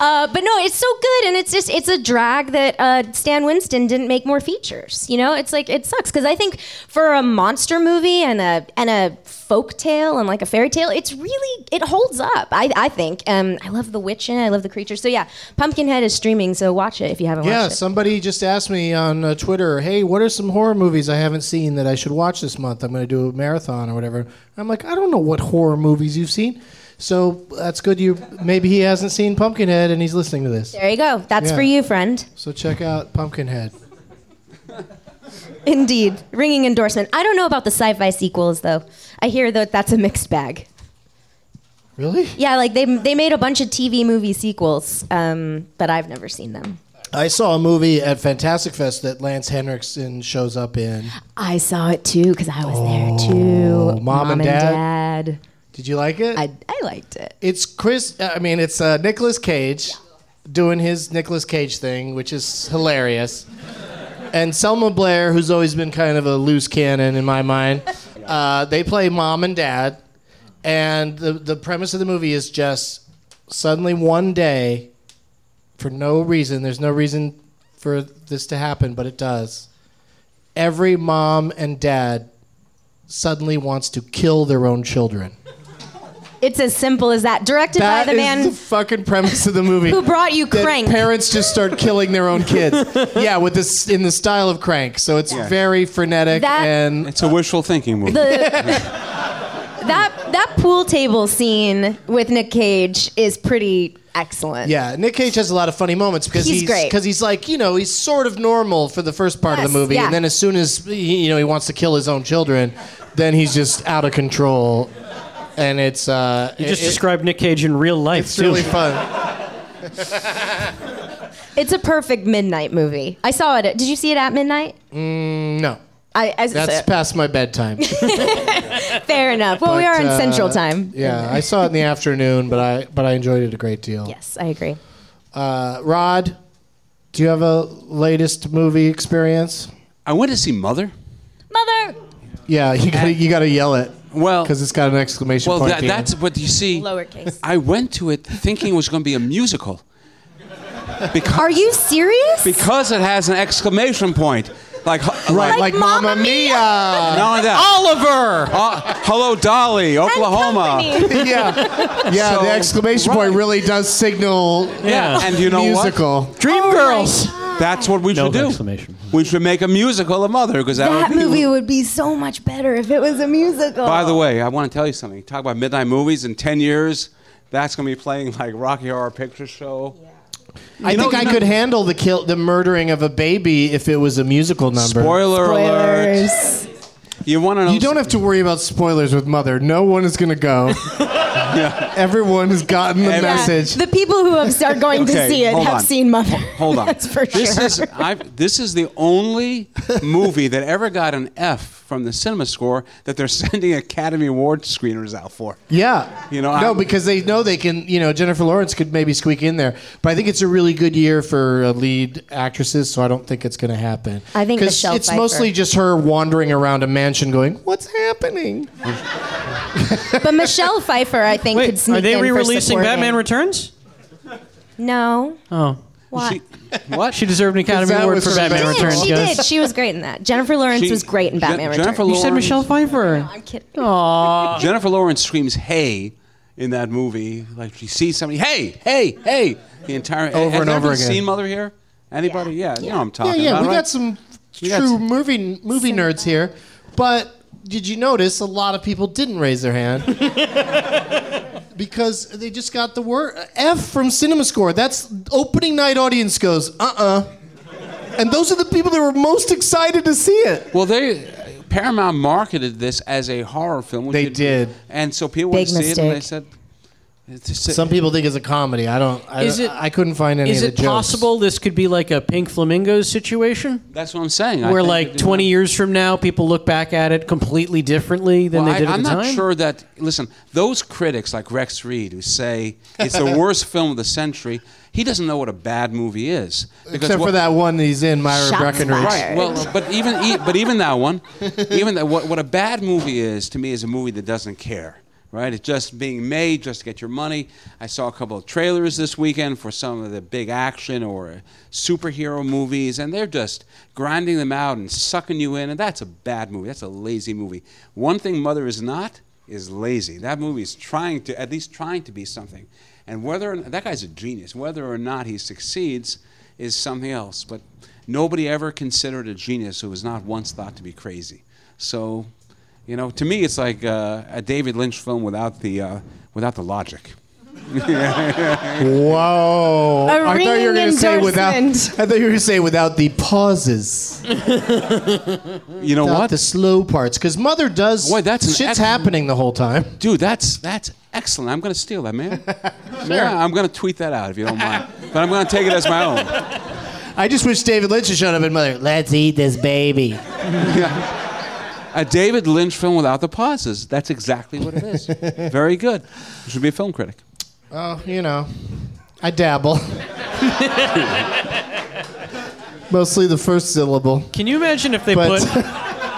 Uh, but no, it's so good, and it's just it's a drag that uh, Stan Winston didn't make more features. You know, it's like it sucks because I think for a monster movie and a and a folk tale and like a fairy tale, it's really it holds up. I, I think. Um, I love the witch in it. I love the creature. So yeah, Pumpkinhead is streaming. So watch it if you haven't Yeah, watched it. somebody just asked me on uh, Twitter, "Hey, what are some horror movies I haven't seen that I should watch this month? I'm going to do a marathon or whatever." I'm like, "I don't know what horror movies you've seen." So that's good. You maybe he hasn't seen Pumpkinhead and he's listening to this. there you go. That's Yeah. for you, friend. So check out Pumpkinhead. Indeed, ringing endorsement. I don't know about the sci-fi sequels though. I hear that that's a mixed bag. Really? Yeah, like they they made a bunch of TV movie sequels, um, but I've never seen them. I saw a movie at Fantastic Fest that Lance Henriksen shows up in. I saw it too because I was there too. Oh, Mom and Dad? Dad. Did you like it? I I liked it. it's Chris. I mean, it's uh, Nicolas Cage doing his Nicolas Cage thing, which is hilarious. and Selma Blair, who's always been kind of a loose cannon in my mind, uh, they play mom and dad. And the the premise of the movie is just suddenly one day, for no reason. There's no reason for this to happen, but it does. Every mom and dad suddenly wants to kill their own children. It's as simple as that. Directed That by is the man. the fucking premise of the movie. who brought you That Crank. Parents just start killing their own kids. yeah, with this in the style of Crank. So it's very frenetic That- and It's a wishful thinking movie. that that pool table scene with Nick Cage is pretty excellent. yeah, Nick Cage has a lot of funny moments because He's he's great. because he's like you know he's sort of normal for the first part of Yes, the movie, yeah. and then as soon as he, you know he wants to kill his own children, then he's just out of control, and it's uh, You it- just it- described Nick Cage in real life it's too. really fun. It's a perfect midnight movie. I saw it. At, did you see it at midnight? Mm, No, I, I that's so- past my bedtime. fair enough. Well, we But, are in uh, Central Time. yeah, I saw it in the afternoon, but I but I enjoyed it a great deal. Yes, I agree. Uh, Rod, do you have a latest movie experience? I went to see Mother. Mother. Yeah, you gotta you gotta yell it Well, because it's got an exclamation well, point. that, at the end. that's what you see. Lowercase. I went to it thinking it was going to be a musical. Because, Are you serious? Because it has an exclamation point. Like, hu- right, like, like, Mamma Mama Mia. not only Oh. that. Oliver. Uh, hello, Dolly, Oklahoma. Company. yeah, yeah. So, the exclamation right. point really does signal Yeah, and you know what? Oh musical. Dreamgirls. That's what we No should do. exclamation point. We should make a musical of Mother because that, That would be- movie would be so much better if it was a musical. By the way, I want to tell you something. Talk about midnight movies in ten years. That's going to be playing like Rocky Horror Picture Show. I think I could handle the kill, the murdering of a baby if it was a musical number. Spoiler alert! Spoilers. You want to know? You don't have to worry about spoilers with Mother. No one is gonna go. Everyone has gotten the Every- Yeah. message. The people who have are going to Okay, see it hold have on. seen Mother. Hold on. That's for this sure. Is, I've, this is the only movie that ever got an F from the cinema score that they're sending Academy Award screeners out for. Yeah. You know, no, I'm- because they know they can. You know, Jennifer Lawrence could maybe squeak in there, but I think it's a really good year for uh, lead actresses, so I don't think it's going to happen. I think 'Cause Michelle it's Pfeiffer. mostly just her wandering around a mansion, going, "What's happening?" but Michelle Pfeiffer, I think, could Wait, sneak are they in for re-releasing supporting. Batman Returns? No. Oh, Why? What? she deserved an Academy that Award was for her Batman best- She did. Returns, She guys. did. She was great in that. Jennifer Lawrence She- was great in Je- Batman Returns. Jennifer You said Lawrence- Michelle Pfeiffer. I'm kidding. Oh. Aw. Jennifer Lawrence screams "Hey" in that movie. Like she sees somebody, "Hey, hey, hey!" The entire Over Has and over anybody again. Seen Mother here? Anybody? Yeah, you know what I'm yeah, talking yeah, about. we right? got some You got true some- movie movie nerds here, but did you notice a lot of people didn't raise their hand? Because they just got the word F from Cinema Score. That's opening night audience goes, uh uh And those are the people that were most excited to see it. Well, they Paramount marketed this as a horror film. which They it- did. and so people would Big see it and they said, mistake. it's just- Some people think it's a comedy. I don't. I, Is it- I couldn't find any Is of it the jokes. possible this could be like a Pink Flamingos situation, "That's what I'm saying." I where think like that- 20 years from now, people look back at it completely differently than Well, they did I, at I'm the not time? sure that. Listen, those critics like Rex Reed who say it's the worst film of the century. He doesn't know what a bad movie is. because Except what- for that one he's in, Myra Shots Breckenridge. Right. fired. Well, but even e- but even that one, even that what what a bad movie is to me is a movie that doesn't care. Right? It's just being made just to get your money. I saw a couple of trailers this weekend for some of the big action or superhero movies, and they're just grinding them out and sucking you in. And that's a bad movie. That's a lazy movie. One thing Mother is not is lazy. That movie is trying to at least trying to be something. And whether or that guy's a genius, whether or not he succeeds is something else. But nobody ever considered a genius who was not once thought to be crazy. So, you know, to me, it's like uh, a David Lynch film without the uh, without the logic. Whoa! A I thought you were ringing going to say without. I endorsement. thought you were going to say without the pauses, Mm. You know without what, the slow parts, because Mother does. Boy, that's an shit's excellent- happening the whole time. dude? That's that's Excellent. I'm going to steal that, man. Yeah, I'm going to tweet that out if you don't mind. But I'm going to take it as my own. I just wish David Lynch had shown up and mother. Let's eat this baby. A David Lynch film without the pauses. That's exactly what it is. Very good. You should be a film critic. Oh, you know, I dabble. Mostly the first syllable. Can you imagine if they But- put?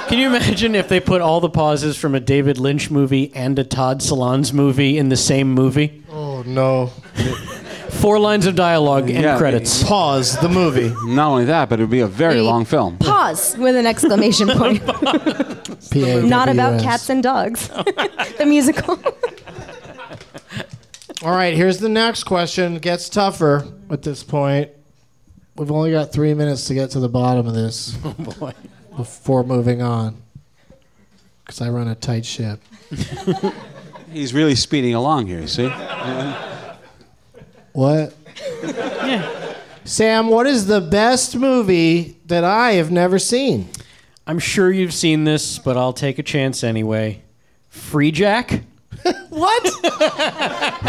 Can you imagine if they put all the pauses from a David Lynch movie and a Todd Salons movie in the same movie? Oh no. Four lines of dialogue and Yeah. credits. Pause the movie. Not only that, but it would be a very long film. Pause with an exclamation point. Not about cats and dogs. the musical. All right, here's the next question. It gets tougher at this point. We've only got three minutes to get to the bottom of this before moving on. Because I run a tight ship. He's really speeding along here, you see? What? Sam, what is the best movie that I have never seen? I'm sure you've seen this, but I'll take a chance anyway. Free Jack? What?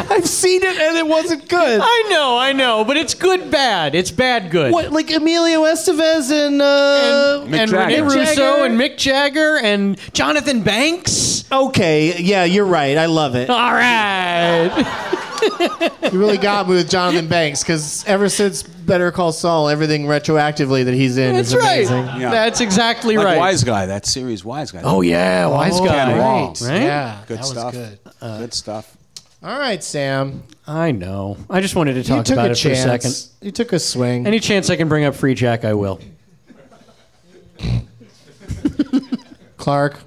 I've seen it and it wasn't good. I know, I know, but it's good bad. It's bad good. What, like Emilio Estevez and, uh, Mick and Jagger. Mick Renee Russo Jagger. and Mick Jagger and Jonathan Banks? Okay, yeah, you're right. I love it. All right. You really got me with Jonathan Banks because ever since Better Call Saul, everything retroactively that he's in That's is right. amazing. Yeah. That's exactly Like right. Wise Guy, that series Wise Guy. oh, yeah, wise guy. Ken Wong. Right? Yeah, good that was stuff. good. Uh, good stuff. All right, Sam. I know. I just wanted to you talk took about a it for a chance. second. You took a swing. Any chance I can bring up Free Jack, I will. Clark.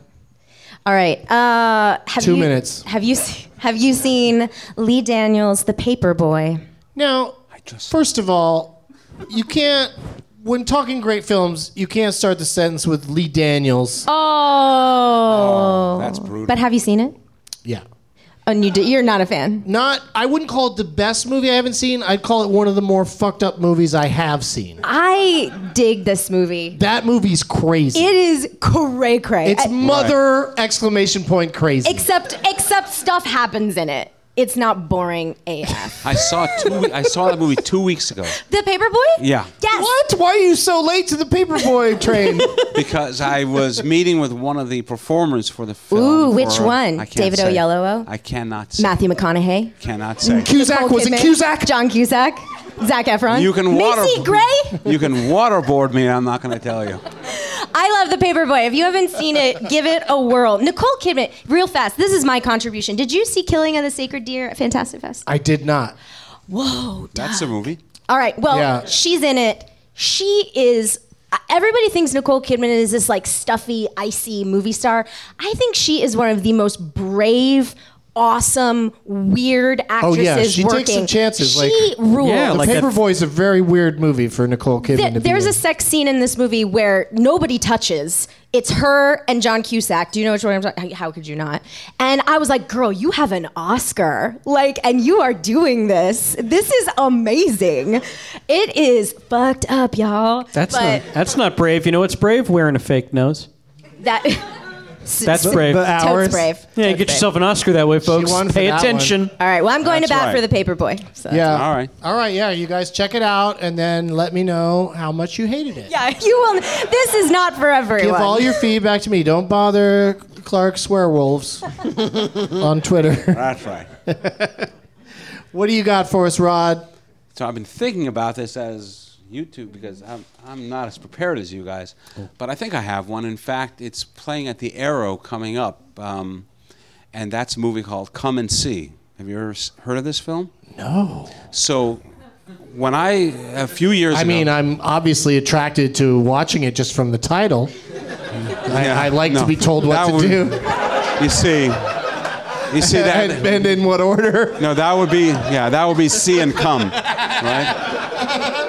All right. Uh, have Two you- minutes. Have you se- have you seen Lee Daniels' The Paper Boy? Now, just- first of all, you can't. When talking great films, you can't start the sentence with Lee Daniels. Oh. That's brutal. But have you seen it? Yeah. Oh, and you did, you're not a fan. Not. I wouldn't call it the best movie I haven't seen. I'd call it one of the more fucked up movies I have seen. I dig this movie. That movie's crazy. It is cray cray. it's mother exclamation point crazy. except except stuff happens in it. It's not boring AF. I saw two. we- I saw that movie two weeks ago the Paperboy? Yeah. Yes. What? Why are you so late to the paperboy train? because I was meeting with one of the performers for the film. Ooh, which for- one? I can't David say. Oyelowo? I cannot say. Matthew McConaughey. Cannot say. Cusack Nicole was it Kidman, Cusack? John Cusack. Zach Efron. You can water. Macy Gray. You can waterboard me. I'm not going to tell you. I love the Paperboy. If you haven't seen it, give it a whirl. Nicole Kidman, real fast. This is my contribution. Did you see Killing of the Sacred Deer at Fantastic Fest? I did not. Whoa. That's the movie. All right. Well, Yeah. she's in it. She is. Everybody thinks Nicole Kidman is this like stuffy, icy movie star. I think she is one of the most brave, awesome, weird Oh, actresses. yeah, she working. takes some chances, She like- rules. Yeah, like that- Paperboy is a very weird movie for Nicole Kidman. Th- to be there's in. a sex scene in this movie where nobody touches. It's her and John Cusack. Do you know which one I'm talking? How could you not? And I was like, "Girl, you have an Oscar! Like, and you are doing this. This is amazing. It is fucked up, y'all. That's but not that's not brave. You know what's brave? Wearing a fake nose. that. That's brave. the hours. Totes brave. yeah, you Totes get brave. yourself an Oscar that way, folks. uh, won for Pay that one. attention. All right. Well, I'm going That's to bat right. for the paper boy. So. Yeah. All uh, right. All right. Yeah. You guys check it out and then let me know how much you hated it. Yeah, you will. This is not for everyone. Give all your feedback to me. Don't bother Clark Swearwolves on Twitter. That's right. What do you got for us, Rod? So I've been thinking about this as YouTube because I'm, I'm not as prepared as you guys, but I think I have one. In fact, it's playing at the Arrow coming up, um, and that's a movie called Come and See. Have you ever s- heard of this film? No. So when I a few years I ago, mean, I'm obviously attracted to watching it just from the title. I, I like no. to be told what That to would- do you see, you see that. and, and in what order. No, that would be yeah, that would be see and come, right?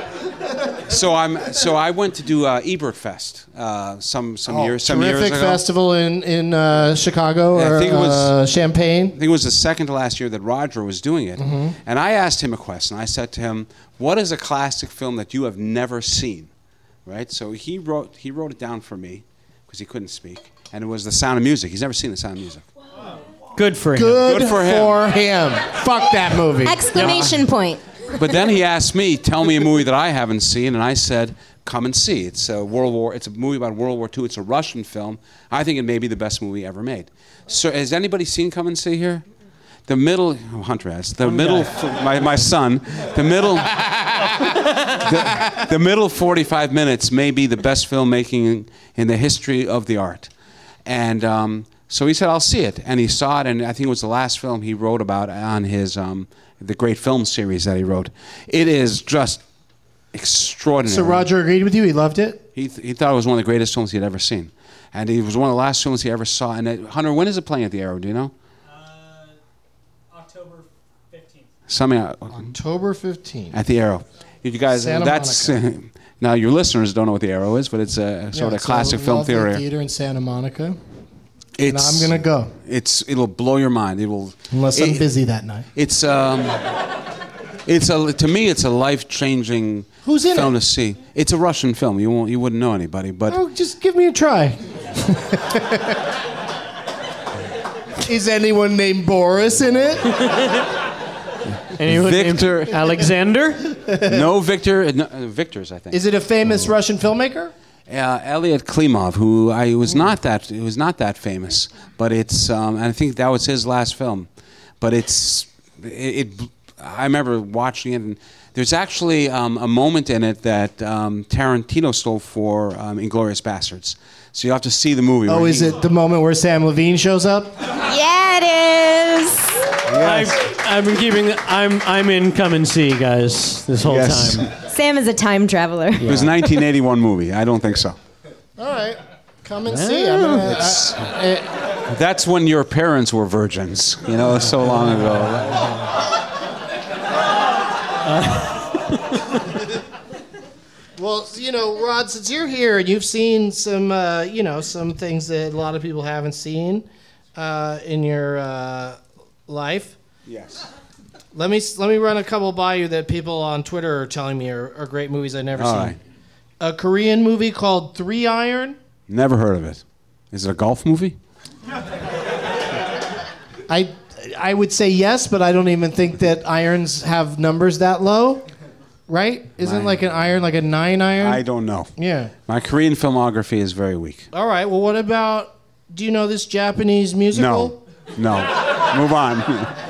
So I'm so I went to do uh, Ebert Fest uh, some some years some years Oh, terrific ago. festival in in uh, Chicago Yeah, I or think it was- uh, I Champaign. think it was the second to last year that Roger was doing it, and I asked him a question. I said to him, "What is a classic film that you have never seen?" Right. So he wrote he wrote it down for me because he couldn't speak, and it was The Sound of Music. He's never seen The Sound of Music. Good for him. Good, Good for for, him. him. Fuck that movie. Exclamation point. But then he asked me, "Tell me a movie that I haven't seen," and I said, "Come and see. It's a World War. It's a movie about World War II. It's a Russian film. I think it may be the best movie ever made." So, has anybody seen Come and See here? The middle, oh, Hunter has the middle. My, my son, the middle. the, the middle 45 minutes may be the best filmmaking in the history of the art. And um, so he said, I'll see it. And he saw it, and I think it was the last film he wrote about on his, um, the great film series that he wrote. It is just extraordinary. So Roger agreed with you. He loved it. He, th- he thought it was one of the greatest films he'd ever seen. And it was one of the last films he ever saw. And it, Hunter, when is it playing at the Arrow? Do you know? October 15th. Something October 15th. uh, at the Arrow. You guys, uh, Santa that's now your listeners don't know what the Arrow is, but it's a sort of classic film theory. Theater in Santa Monica. And It's, I'm gonna go It's it'll blow your mind. It will unless I'm it- busy that night. It's um, it's a to me it's a life changing Who's in film it? to see. It's a Russian film. You won't you wouldn't know anybody, but Oh, just give me a try. Is anyone named Boris in it? Anyone named Victor- Alexander? no Victor no, uh, Victor's I think. Is it a famous Oh. Russian filmmaker? uh, Elliot Klimov, who I was not that it was not that famous, but it's um, and I think that was his last film, but it's it. it I remember watching it, and there's actually um, a moment in it that um, Tarantino stole for um, *Inglorious Bastards*. So you have to see the movie. Oh, where is he- it the moment where Sam Levine shows up? Yeah, it is. I've, I've been keeping. I'm I'm in. Come and see, guys. This whole Yes. time. Sam is a time traveler. It was a 1981 movie. I don't think so. All right, come and see. I'm gonna- It's- that's when your parents were virgins. You know, so long ago. Well, you know, Rod, since you're here and you've seen some, uh, you know, some things that a lot of people haven't seen uh, in your uh, life, Yes. let me let me run a couple by you that people on Twitter are telling me are, are great movies I've never All seen. right. A Korean movie called Three Iron. Never heard of it. Is it a golf movie? I I would say yes, but I don't even think that irons have numbers that low, right? Isn't Nine. like an iron like a nine iron? I don't know. yeah. My Korean filmography is very weak. All right. Well, what about? Do you know this Japanese musical? No. No. Move on.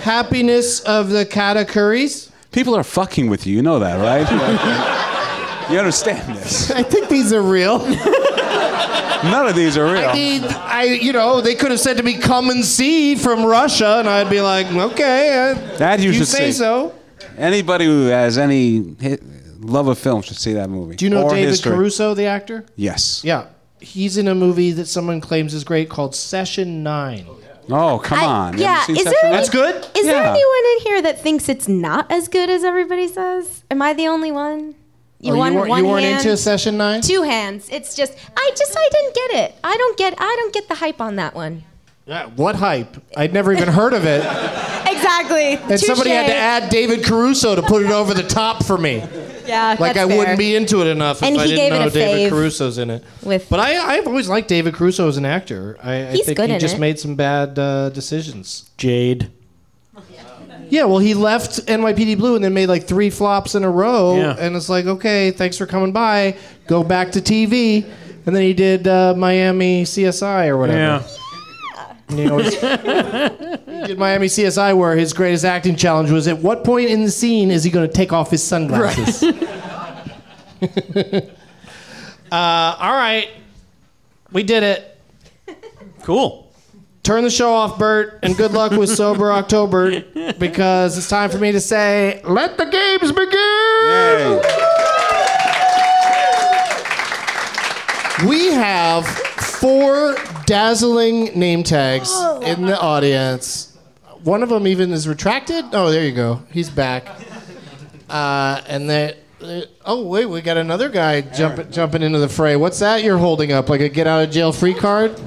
Happiness of the Katakuris. People are fucking with you. You know that, right? you understand this. I think these are real. None of these are I real. mean, I you know they could have said to me, "Come and see" from Russia, and I'd be like, "Okay, uh, That you you should say see. so." Anybody who has any hit, love of film should see that movie. Do you know Or David history. Caruso, the actor? Yes. Yeah, he's in a movie that someone claims is great called Session Nine. Oh, come I- on. You yeah, haven't seen is there Section any- Nine? That's good. Is there Yeah. anyone in here that thinks it's not as good as everybody says? Am I the only one? You Oh, won weren't, one you weren't hand, into Session Nine? two hands. It's just I just I didn't get it. I don't get I don't get the hype on that one. Yeah, what hype? I'd never even heard of it. Exactly. And somebody had to add David Caruso to put it over the top for me. Yeah, Like I wouldn't be into it enough And if I he didn't gave it know a David fave Caruso's in it. with- but I, I've always liked David Caruso as an actor. I, I He's think good he in just it. made some bad uh, decisions. Jade. Yeah, well, he left NYPD Blue and then made like three flops in a row. Yeah. And it's like, okay, thanks for coming by. Go back to TV. And then he did uh, Miami CSI or whatever. Yeah. You know, it's- he did Miami CSI where his greatest acting challenge was at what point in the scene is he going to take off his sunglasses? uh, all right. We did it. Cool. Turn the show off, Bert, and good luck with Sober October because it's time for me to say, let the games begin! Yay. We have four dazzling name tags in the audience. One of them even is retracted. Oh, there you go. He's back. Uh, and they, they- oh wait, we got another guy jumping jumping into the fray. What's that you're holding up? Like a get out of jail free card?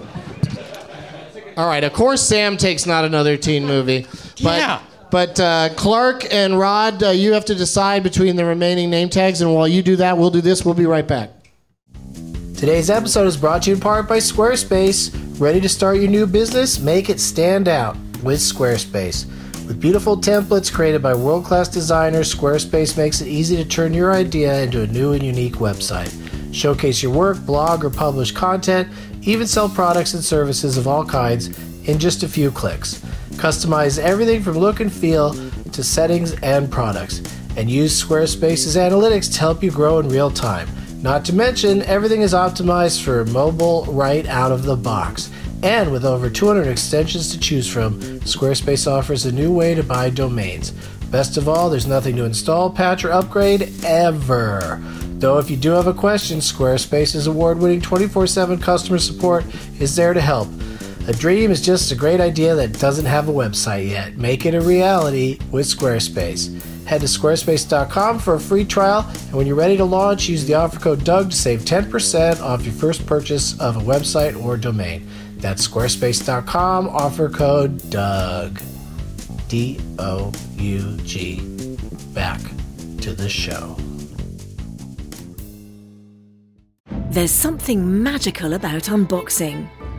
All right. Of course, Sam takes not another teen movie. But, Yeah. But uh, Clark and Rod, uh, you have to decide between the remaining name tags. And while you do that, we'll do this. We'll be right back. Today's episode is brought to you in part by Squarespace. Ready to start your new business? Make it stand out. with Squarespace. With beautiful templates created by world class designers, Squarespace makes it easy to turn your idea into a new and unique website. Showcase your work, blog, or publish content, even sell products and services of all kinds in just a few clicks. Customize everything from look and feel to settings and products, and use Squarespace's analytics to help you grow in real time. Not to mention, everything is optimized for mobile right out of the box. And with over 200 extensions to choose from, Squarespace offers a new way to buy domains. Best of all, there's nothing to install, patch, or upgrade ever. Though if you do have a question, Squarespace's award winning 24 7 customer support is there to help. A dream is just a great idea that doesn't have a website yet. Make it a reality with Squarespace. Head to squarespace.com for a free trial, and when you're ready to launch, use the offer code DUG to save 10% off your first purchase of a website or domain. That's squarespace.com, offer code DUG. D O U G. Back to the show. There's something magical about unboxing.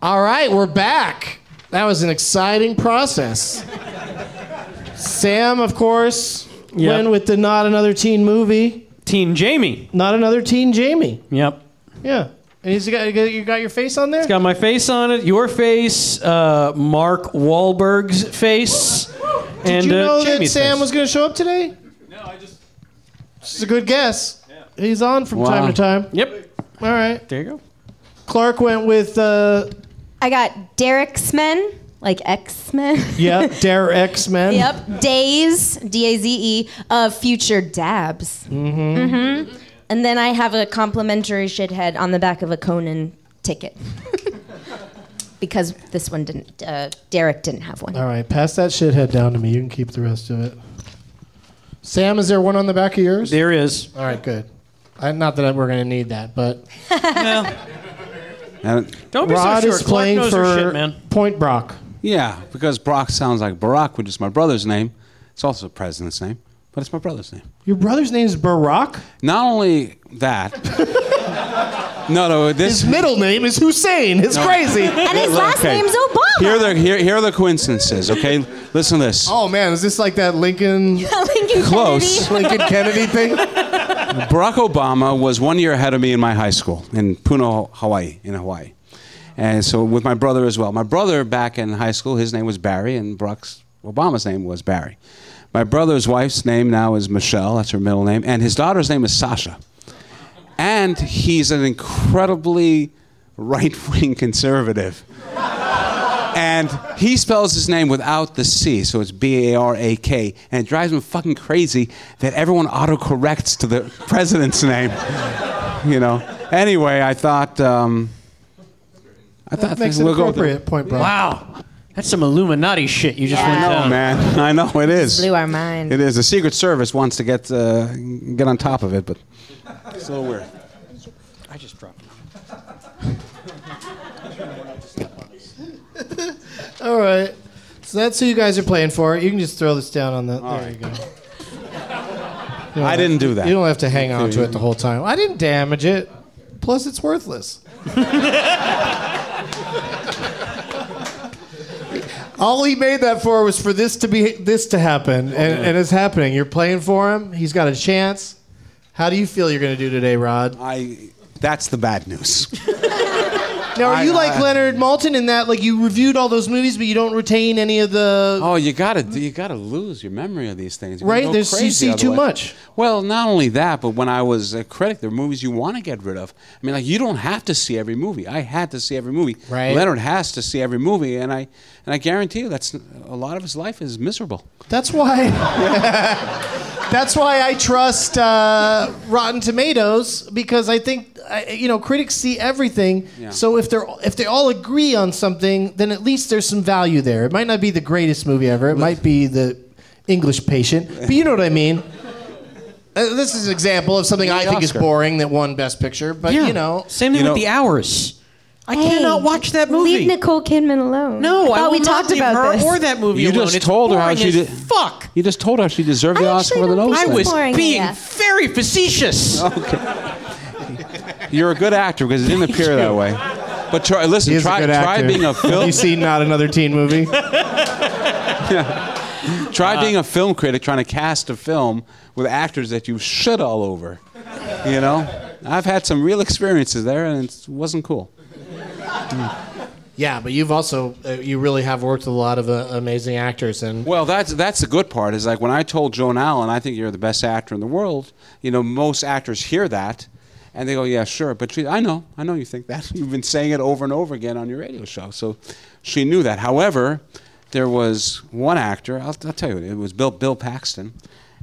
All right, we're back. That was an exciting process. Sam, of course, Yep. went with the Not Another Teen movie. Teen Jamie. Not Another Teen Jamie. Yep. Yeah. And he's got, you got your face on there? Got my face on it, your face, uh, Mark Wahlberg's face, and Did you know uh, that Jamie's Sam face. was going to show up today? No, I just. It's a good guess. He's on from Wow. time to time. Yep. All right. There you go. Clark went with, uh, I got Derek's Men, like X Men. yeah, Dare X Men. Yep. Days, D A Z E, of future dabs. Mm-hmm. And then I have a complimentary shithead on the back of a Conan ticket. because this one didn't, uh, Derek didn't have one. All right, pass that shithead down to me. You can keep the rest of it. Sam, is there one on the back of yours? There is. All right, good. I, not that we're going to need that, but And, Don't be Rod so sure. is Clark playing knows for her shit, man. Point Brock. yeah, because Brock sounds like Barack, which is my brother's name. It's also the president's name, but it's my brother's name. Your brother's name is Barack. Not only that. no, no, this. His middle name is Hussein. It's crazy. And his Look, last okay. name's Obama. Here are, the, here, here are the coincidences, okay? Listen to this. oh man, is this like that Lincoln Lincoln Close. Kennedy. Lincoln Kennedy thing? Barack Obama was one year ahead of me in my high school in Puno, Hawaii, in Hawaii. And so with my brother as well. My brother back in high school, his name was Barry, and Barack Obama's name was Barry. My brother's wife's name now is Michelle, that's her middle name, and his daughter's name is Sasha. And he's an incredibly right wing conservative. And he spells his name without the C, so it's B A R A K. And it drives him fucking crazy that everyone autocorrects to the president's name. you know. Anyway, I thought. Um, I thought That makes it we'll go with the- appropriate. Point Brock. Wow. That's some Illuminati shit you just went I know, down. Oh, man. I know it is. Blew our mind. It is. The Secret Service wants to get uh, get on top of it, but it's a little weird. I just dropped it. All right. So that's who you guys are playing for. You can just throw this down on the. there you go. I didn't do that. You don't have to hang on to it the whole time. I didn't damage it. Plus, it's worthless. All he made that for was for this to be this to happen, and, and it's happening. You're playing for him. He's got a chance. How do you feel you're going to do today, Rod? I. That's the bad news. Now, are I- you like I- Leonard Maltin in that, like, you reviewed all those movies, but you don't retain any of the. Oh, you gotta you gotta lose your memory of these things. You're Right? gonna go There's- you crazy see too otherwise. much. Well, not only that, but when I was a critic, there are movies you want to get rid of. I mean, like you don't have to see every movie. I had to see every movie. Right. Leonard has to see every movie, and I and I guarantee you that's a lot of his life is miserable. That's why. That's why I trust uh, Rotten Tomatoes because I think I, you know critics see everything. Yeah. So if they're if they all agree on something, then at least there's some value there. It might not be the greatest movie ever. It might be the English Patient, but you know what I mean. Uh, this is an example of something I The think is Oscar. boring that won Best Picture, but Yeah. you know. Same thing You with know- the hours. I Hey, cannot watch that movie. Leave Nicole Kidman alone. No, I thought we will not talked leave about her this. or that movie you alone. just It's told her how boring she as did. Fuck. You just told her she deserved the Oscar for the nose I thing. was being yeah. very facetious. You're a good actor because it didn't appear that way. But try, listen, He's a try, good try actor. being a Have film. you seen not another teen movie? Try being a film critic trying to cast a film with actors that you shit all over. You know? I've had some real experiences there and it wasn't cool. yeah, but you've also uh, you really have worked with a lot of uh, amazing actors and Well, that's that's the good part is like when I told Joan Allen, I think you're the best actor in the world, you know, most actors hear that and they go, "Yeah, sure." But she, I know. I know you think that. You've been saying it over and over again on your radio show. So she knew that. However, there was one actor, I'll, I'll tell you, it was Bill Bill Paxton.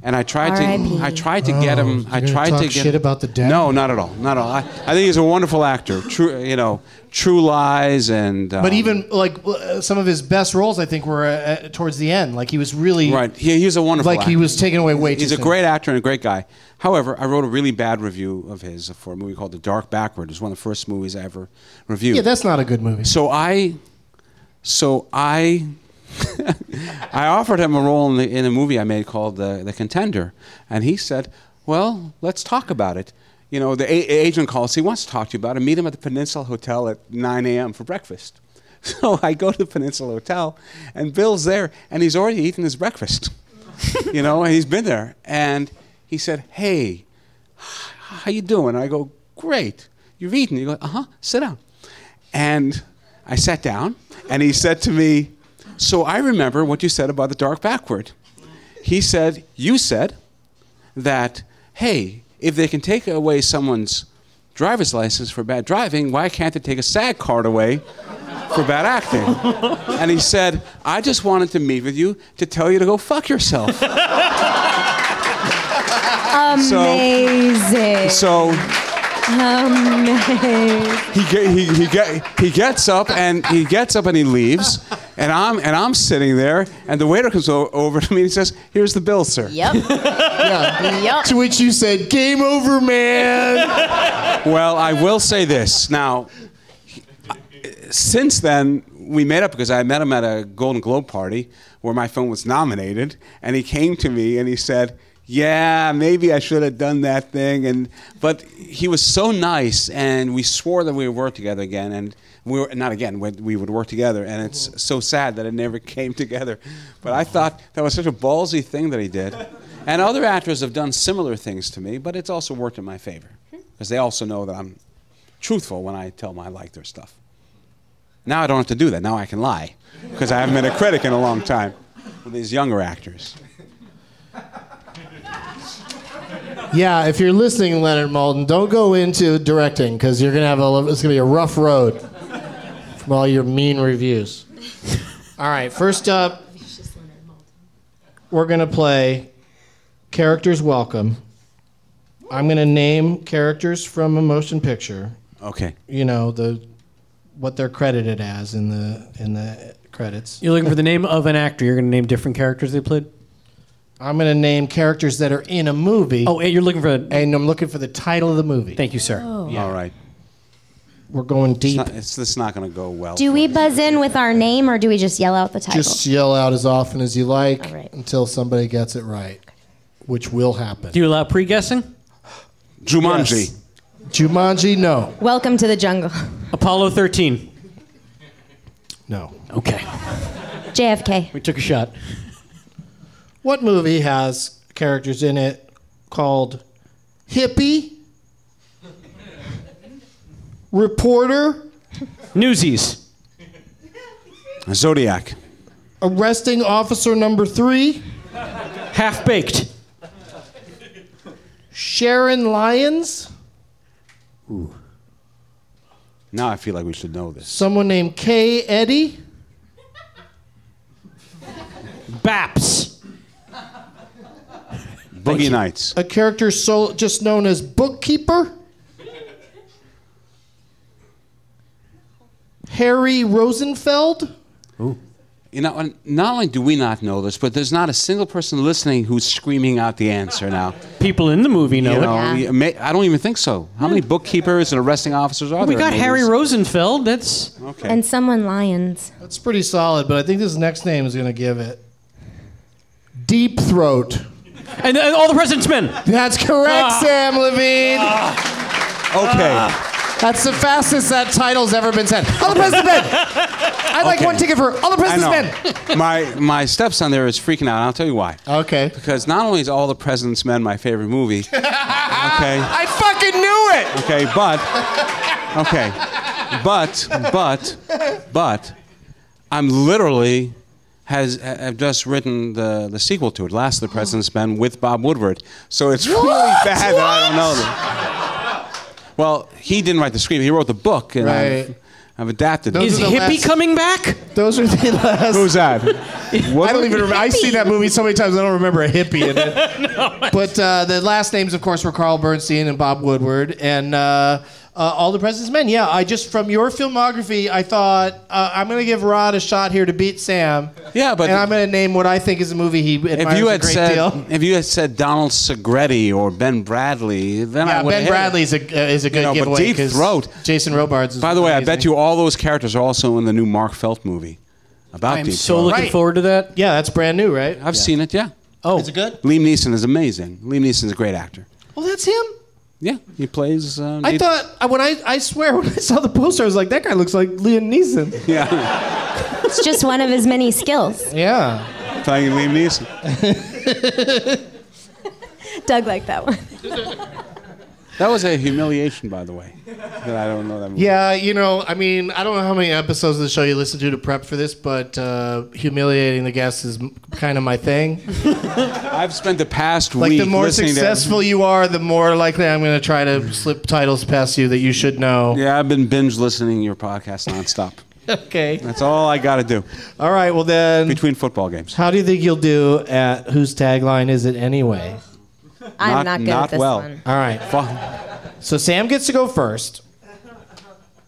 And I tried R.I.P.. to I tried to get him Oh, I you're gonna tried talk to get shit about the dead? No, not at all. Not at all. I, I think he's a wonderful actor. True, you know, True Lies and um, But even like uh, some of his best roles, I think, were uh, uh, towards the end. Like he was really um, Right. He, he's a wonderful Like, he actor. was taken away way He's, too he's a soon. great actor and a great guy. However, I wrote a really bad review of his for a movie called The Dark Backward. It's one of the first movies I ever reviewed. Yeah, that's not a good movie. So I, so I, I offered him a role in, the, in a movie I made called the, the Contender, and he said, "Well, let's talk about it." You know, the a- agent calls. He wants to talk to you about it. Meet him at the Peninsula Hotel at 9 a.m. for breakfast. So I go to the Peninsula Hotel, and Bill's there, and he's already eaten his breakfast. you know, and he's been there, and he said, "Hey." how you doing? I go, great. You've eaten. You go, uh huh. Sit down. And I sat down, and he said to me, so I remember what you said about the dark backward. He said, you said that, hey, if they can take away someone's driver's license for bad driving, why can't they take a SAG card away for bad acting? and he said, I just wanted to meet with you to tell you to go fuck yourself. Amazing. So Amazing. he get, he he, get, he gets up and he gets up and he leaves, and I'm and I'm sitting there, and the waiter comes o- over to me and he says, "Here's the bill, sir." Yep. Yep. to which you said, "Game over, man." Well, I will say this now. he- Since then, we made up because I met him at a Golden Globe party where my film was nominated, and he came to me and he said. Yeah, maybe I should have done that thing, and but he was so nice, and we swore that we would work together again, and we were not again. We, we would work together, and it's so sad that it never came together. But I thought that was such a ballsy thing that he did, and other actors have done similar things to me, but it's also worked in my favor because they also know that I'm truthful when I tell them I like their stuff. Now I don't have to do that. Now I can lie because I haven't been a critic in a long time with these younger actors. yeah, if you're listening, Leonard Maltin, don't go into directing because you're gonna have a it's gonna be a rough road from all your mean reviews. All right, first up, we're gonna play characters welcome. I'm gonna name characters from a motion picture. Okay. you know the what they're credited as in the in the credits. You're looking for the name of an actor. You're going to name different characters they played. I'm gonna name characters that are in a movie. Oh, and you're looking for. A, and I'm looking for the title of the movie. thank you, sir. Oh. All right. We're going It's deep. not, it's, it's not going to go well. Do we buzz in with our name or do we just yell out the title? Just yell out as often as you like All right. until somebody gets it right, which will happen. Do you allow pre guessing? Jumanji. Yes. Jumanji, no, Welcome to the jungle. Apollo 13. no. Okay. JFK. We took a shot. What movie has characters in it called hippie, reporter, Newsies. Zodiac. Arresting officer number three. Half baked. Sharon Lyons. Ooh. Now I feel like we should know this. Someone named Kay Eddy. Baps. Boogie Nights. A character so, just known as Bookkeeper. Harry Rosenfeld. You know, and not only do we not know this, but there's not a single person listening who's screaming out the answer now. People in the movie know you it. know, you may- I don't even think so. How many bookkeepers and arresting officers are We there? got in Harry movies? Rosenfeld. That's Okay. And someone lions. That's pretty solid, but I think this next name is going to give it. Deep Throat. And, and all the President's Men. That's correct, Ah. Sam Levine. Okay. Ah, That's the fastest that title's ever been said. All the President's Men. I'd like Okay. one ticket for All the I President's Men. know. my my stepson there is freaking out. and I'll tell you why. Okay. Because not only is All the President's Men my favorite movie. Okay. I fucking knew it. Okay, but okay, but but but I'm literally has have just written the the sequel to it, Last of the President's Men, with Bob Woodward. So it's really What? bad that I don't know. That. Well, he didn't write the screen. He wrote the book, and I've, I've adapted. it. Is Hippie coming back? Those are the last. Who's that? I don't even remember. I've seen that movie so many times, I don't remember a hippie in it. but uh, the last names, of course, were Carl Bernstein and Bob Woodward and uh, uh, All the President's Men. Yeah, I just, from your filmography, I thought uh, I'm going to give Rod a shot here to beat Sam. Yeah, but- And I'm going to name what I think is a movie he admires If you a had great said deal. if you had said Donald Segretti or Ben Bradley, then I Yeah, would Ben Bradley's a, uh, is a good you know, giveaway. But Deep 'cause Throat. Jason Robards is By the way, I amazing. bet you all those characters are also in the new Mark Felt movie about I'm Deep so Throat. looking Right. forward to that. Yeah, that's brand new, right? I've seen it. Yeah. Oh, is it good? Liam Neeson is amazing. Liam Neeson's a great actor. Well, Oh, that's him. Yeah, he plays. Uh, I Deep- thought I- when I I swear when I saw the poster, I was like, that guy looks like Liam Neeson. Yeah, It's just one of his many skills. yeah. playing Liam Neeson. Doug liked that one. That was a humiliation, by the way. That I don't know that movie. Yeah, you know, I mean, I don't know how many episodes of the show you listen to to prep for this, but uh, humiliating the guests is kind of my thing. I've spent the past Like week the more listening successful you are, the more likely I'm going to try to slip titles past you that you should know. to. Yeah, I've been binge listening to your podcast nonstop. Okay. That's all I got to do All right. Well then, between football games. how do you think you'll do at whose tagline is it anyway? I'm not, good not at this well. one. All right. Fu- So Sam gets to go first.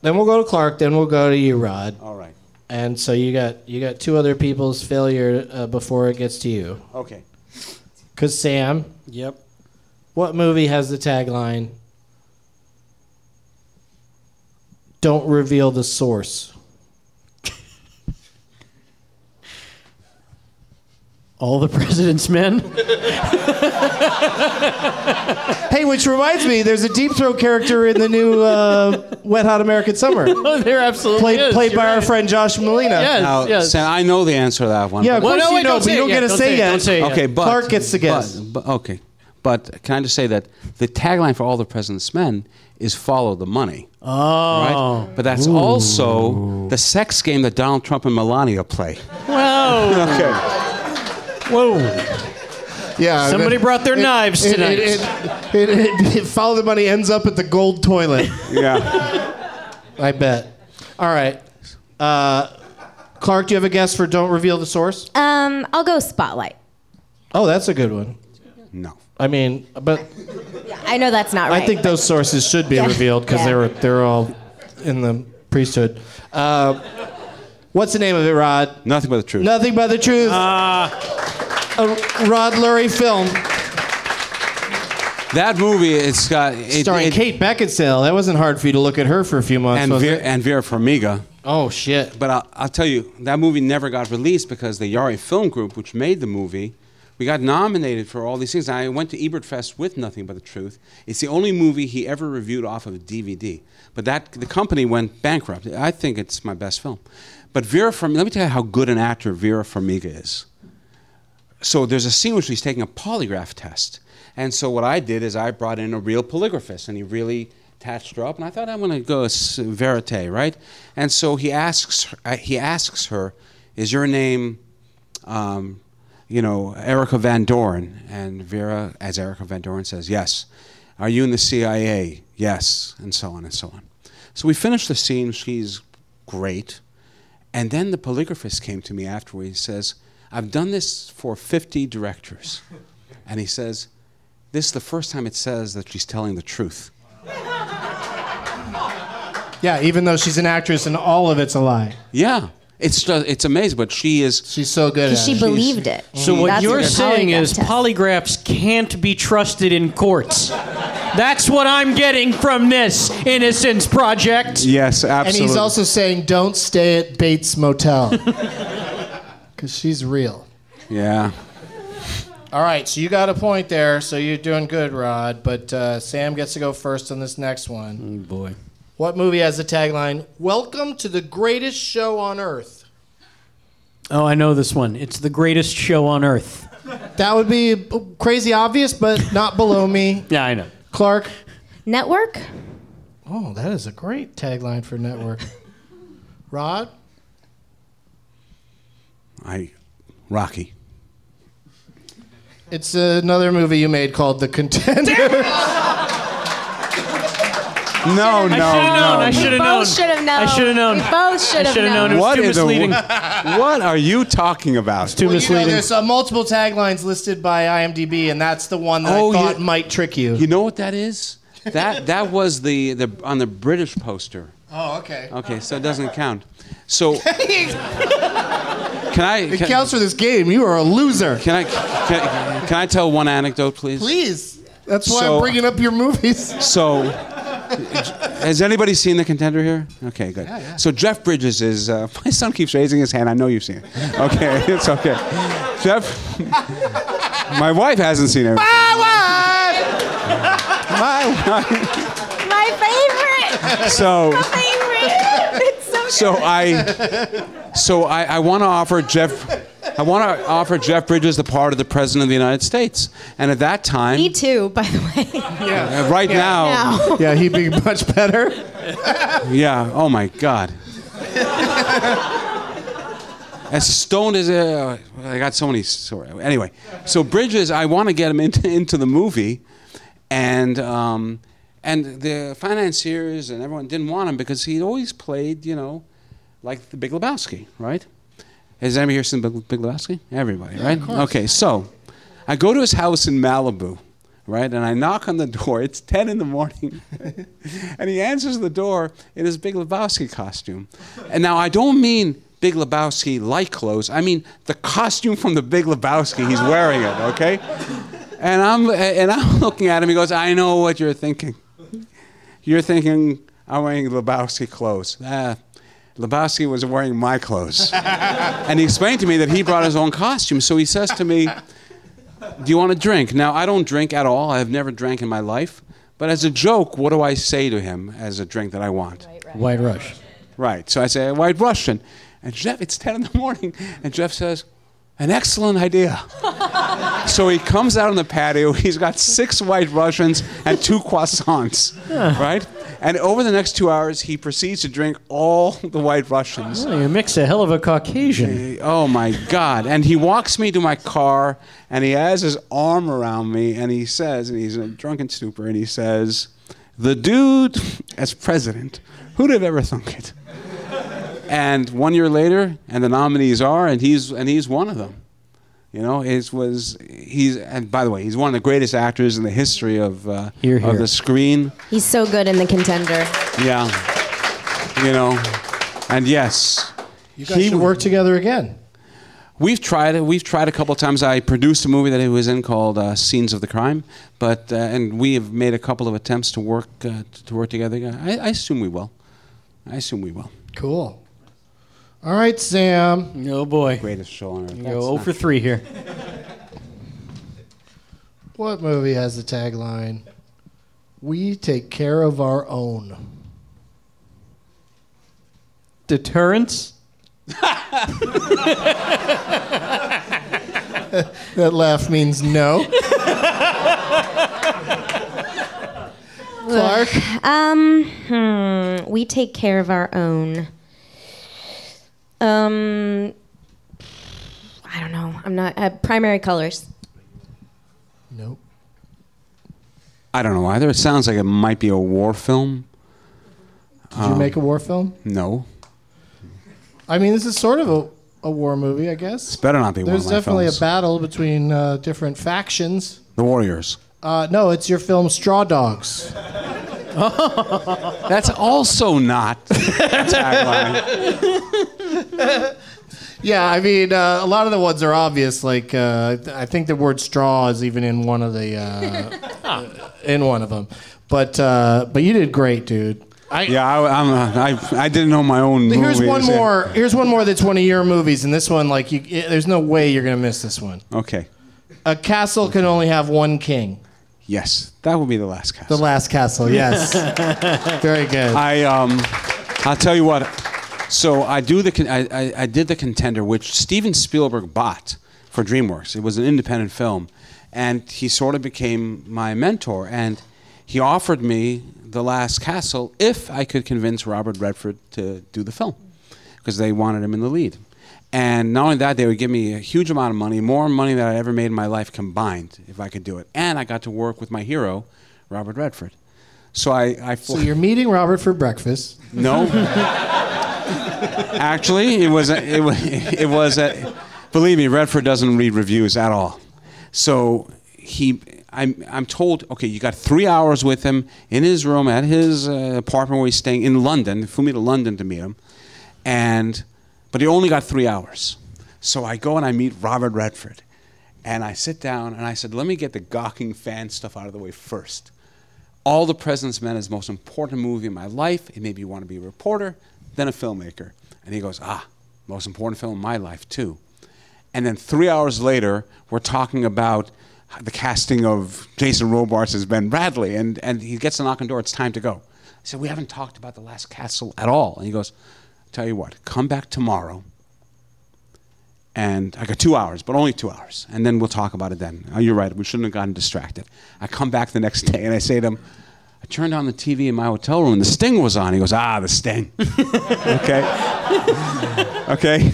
Then we'll go to Clark. Then we'll go to you, Rod. All right. And so you got you got two other people's failure uh, before it gets to you. Okay. Cause Sam, Yep. what movie has the tagline? Don't reveal the source. All the President's Men. Hey, which reminds me, there's a deep throat character in the new uh, Wet Hot American Summer, oh, they're absolutely played is. played You're by our right. friend Josh Molina. Yes, Now, yes. Sam, I know the answer to that one. Yeah, of but- Well, course no, you wait, know, don't but say you it don't yet. get to Don't say say it, yet. don't say it yet. Okay, but Clark gets to but- guess. But, okay, but can I just say that the tagline for all the President's Men is "Follow the money." Oh, right? but that's also the sex game that Donald Trump and Melania play. Whoa. Okay, Whoa. Yeah, Somebody brought their knives it- tonight. It, it, it, it- it- follow the money ends up at the gold toilet. yeah. I bet. All right, uh, Clark, do you have a guess for "Don't Reveal the Source"? Um, I'll go spotlight. Oh, that's a good one. No, I mean, but I know that's not right. I think those sources should be Yeah. revealed because they Yeah. were they're all in the priesthood. Uh, what's the name of it, Rod? nothing but the truth. Nothing but the truth. a Rod Lurie film That movie, it's got it, starring it- Kate Beckinsale. That wasn't hard for you to look at her for a few months. and was Vera, it? and Vera Farmiga. Oh shit. But I'll, I'll tell you, that movie never got released because the Yari Film Group, which made the movie, we got nominated for all these things. I went to Ebert Fest with Nothing But the Truth. It's the only movie he ever reviewed off of a DVD. But that the company went bankrupt. I think it's my best film. But Vera Farmiga, let me tell you how good an actor Vera Farmiga is so there's a scene where she's taking a polygraph test. And so what I did is I brought in a real polygraphist, and he really Attached her up, and I thought I'm going to go s- verite, right? And so he asks, her- uh, he asks her, "Is your name, um, you know, Erica Van Doren?" And Vera, as Erica Van Doren says, "Yes." Are you in the CIA? Yes, and so on and so on. So we finished the scene. She's great. And then the polygraphist came to me afterward. He says, I've done this for 50 directors. And he says, This is the first time it says that she's telling the truth. Yeah, even though she's an actress and all of it's a lie. Yeah. It's, ju- it's amazing, but she is. uh, She's so good 'Cause at she it. believed it. So Mm. what That's you're what a saying polygraph is test. polygraphs can't be trusted in courts. That's what I'm getting from this Innocence Project. Yes, And he's also saying, don't stay at Bates Motel. Because she's real. Yeah. All right, so you got a point there. So you're doing good, Rod. But uh, Sam gets to go first on this next one. Oh boy. What movie has the tagline, Welcome to the greatest show on earth? Oh, I know this one. It's the greatest show on earth. That would be b- crazy obvious, but not below me. Yeah, I know. Clark. Network? Oh, that is a great tagline for network. Rod? I, Rocky. It's another movie you made called The Contender. No, no, no. I should have known. I should have known. I should have known. It was What too in the misleading. wo- what are you talking about? It's too Well, You know, there's uh, multiple taglines listed by IMDb, and that's the one that I thought might trick Oh, you. You know what that is? That that was the, the on the British poster. Oh, okay. Okay, so it doesn't count. So can I? It Can, counts for this game. You are a loser. can I? Can, can I tell one anecdote, please? Please. That's why So- I'm bringing up your movies. So, has anybody seen the contender here? Okay, good. So Jeff Bridges is. Uh, my son keeps raising his hand. I know you've seen it. Okay, it's okay. Jeff, my wife hasn't seen it. My favorite. So- My favorite. It's so, So good. I, so I, I want to offer Jeff. I want to offer Jeff Bridges the part of the president of the United States, and at that time, Me too, by the way. uh, right now, yeah, he'd be much better. yeah. Oh my God. As stoned as a, I got so many. Sorry. Anyway, so Bridges, I want to get him into into the movie, and um, and the financiers and everyone didn't want him because he'd always played, you know, like the Big Lebowski, right? Has anybody here seen Big, Big Lebowski? Everybody, right? Okay, so I go to his house in Malibu, right? And I knock on the door. It's 10 in the morning. and he answers the door in his Big Lebowski costume. And now I don't mean Big Lebowski like clothes, I mean the costume from the Big Lebowski. He's wearing it, okay? And I'm, and I'm looking at him. He goes, I know what you're thinking. You're thinking I'm wearing Lebowski clothes. Ah, Lebowski was wearing my clothes. and he explained to me that he brought his own costume. So he says to me, Do you want a drink? Now, I don't drink at all. I've never drank in my life. But as a joke, what do I say to him as a drink that I want? White Rush. Right. So I say, White Russian. And Jeff, it's 10 in the morning. And Jeff says, An excellent idea. so he comes out on the patio. He's got six White Russians and two croissants. Right? And over the next two hours, he proceeds to drink all the White Russians. Well, you mix a hell of a Caucasian. Oh my God. And he walks me to my car and he has his arm around me and he says, and he's in a drunken stupor, and he says, The dude as president, who'd have ever thunk it? And one year later, and the nominees are, and he's, and he's one of them. You know, it was he's and by the way, he's one of the greatest actors in the history of uh, Hear, of hear. the screen. He's so good in The Contender. Yeah, you know, and yes, You guys should work together again. We've tried it. We've tried a couple of times. I produced a movie that he was in called uh, Scenes of the Crime, but uh, and we have made a couple of attempts to work uh, to work together. again. I, I assume we will. I assume we will. Cool. All right, Sam. Oh boy. Greatest show on earth. You go 0 for 3 here. What movie has the tagline? We take care of our own. Deterrence? That laugh means no. Clark? Um, hmm, we take care of our own. Um, I don't know. I'm not uh, primary colors. I don't know either. It sounds like it might be a war film. Did you make a war film? Um. No. I mean, this is sort of a, a war movie, I guess. It's better not be one There's of my definitely films. a battle between uh, different factions. the Warriors. Uh, no, it's your film Straw Dogs. That's also not a tagline. Yeah, I mean, uh, a lot of the ones are obvious. Like, uh, I think the word straw is even in one of the uh, in one of them. But uh, but you did great, dude. yeah, I, I'm, uh, I, I didn't know my own movie. Here's one more. Here's one more that's one of your movies, and this one, like, you, i there's no way you're gonna miss this one. Okay. A castle can only have one king. Yes, that will be the last cast. The last castle. Yes. Very good. I um, I'll tell you what. So I do the con- I, I, I did the contender, which Steven Spielberg bought for DreamWorks. It was an independent film, and he sort of became my mentor. And he offered me The Last Castle if I could convince Robert Redford to do the film, because they wanted him in the lead. And not only that, they would give me a huge amount of money, more money than I ever made in my life combined, if I could do it. And I got to work with my hero, Robert Redford. So I, I so you're meeting Robert for breakfast. no. Actually, it was a, it was it was a, believe me, Redford doesn't read reviews at all. So he I'm I'm told okay, you got 3 hours with him in his room at his uh, apartment where he's staying in London. They flew me to London to meet him. And but he only got 3 hours. So I go and I meet Robert Redford. And I sit down and I said, "Let me get the gawking fan stuff out of the way first. All the President's Men is the most important movie in my life. It made me want to be a reporter, then a filmmaker. And he goes, Ah, most important film in my life, too. And then three hours later, we're talking about the casting of Jason Robards as Ben Bradley. And, and he gets a knock on the door, it's time to go. I said, We haven't talked about The Last Castle at all. And he goes, Tell you what, come back tomorrow. And I got two hours, but only two hours. And then we'll talk about it then. Oh, you're right. We shouldn't have gotten distracted. I come back the next day and I say to him, I turned on the TV in my hotel room and the sting was on. He goes, Ah, the sting. okay. okay.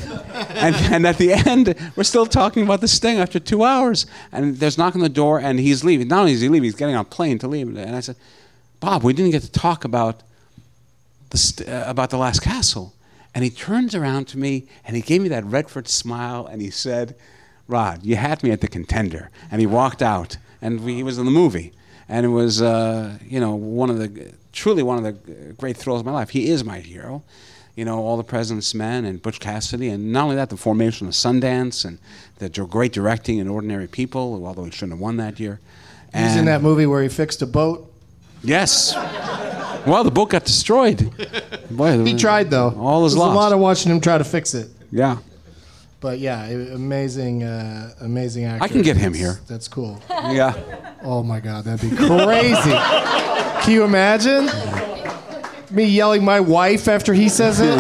And, and at the end, we're still talking about the sting after two hours. And there's knocking on the door and he's leaving. Not only is he leaving, he's getting on a plane to leave. And I said, Bob, we didn't get to talk about the st- uh, about the last castle and he turns around to me and he gave me that redford smile and he said rod you had me at the contender and he walked out and we, he was in the movie and it was uh, you know one of the truly one of the great thrills of my life he is my hero you know all the president's men and butch cassidy and not only that the formation of sundance and the dr- great directing in ordinary people although he shouldn't have won that year He's in And- that movie where he fixed a boat. Yes. Well, the book got destroyed. Boy, He tried though. Mm. All is There's lost. A lot of watching him try to fix it. yeah. But yeah, i- amazing, uh, amazing actor. I can get him That's- here. That's cool. Yeah. Oh my God, that'd be crazy. can you imagine? Me yelling my wife after he says it.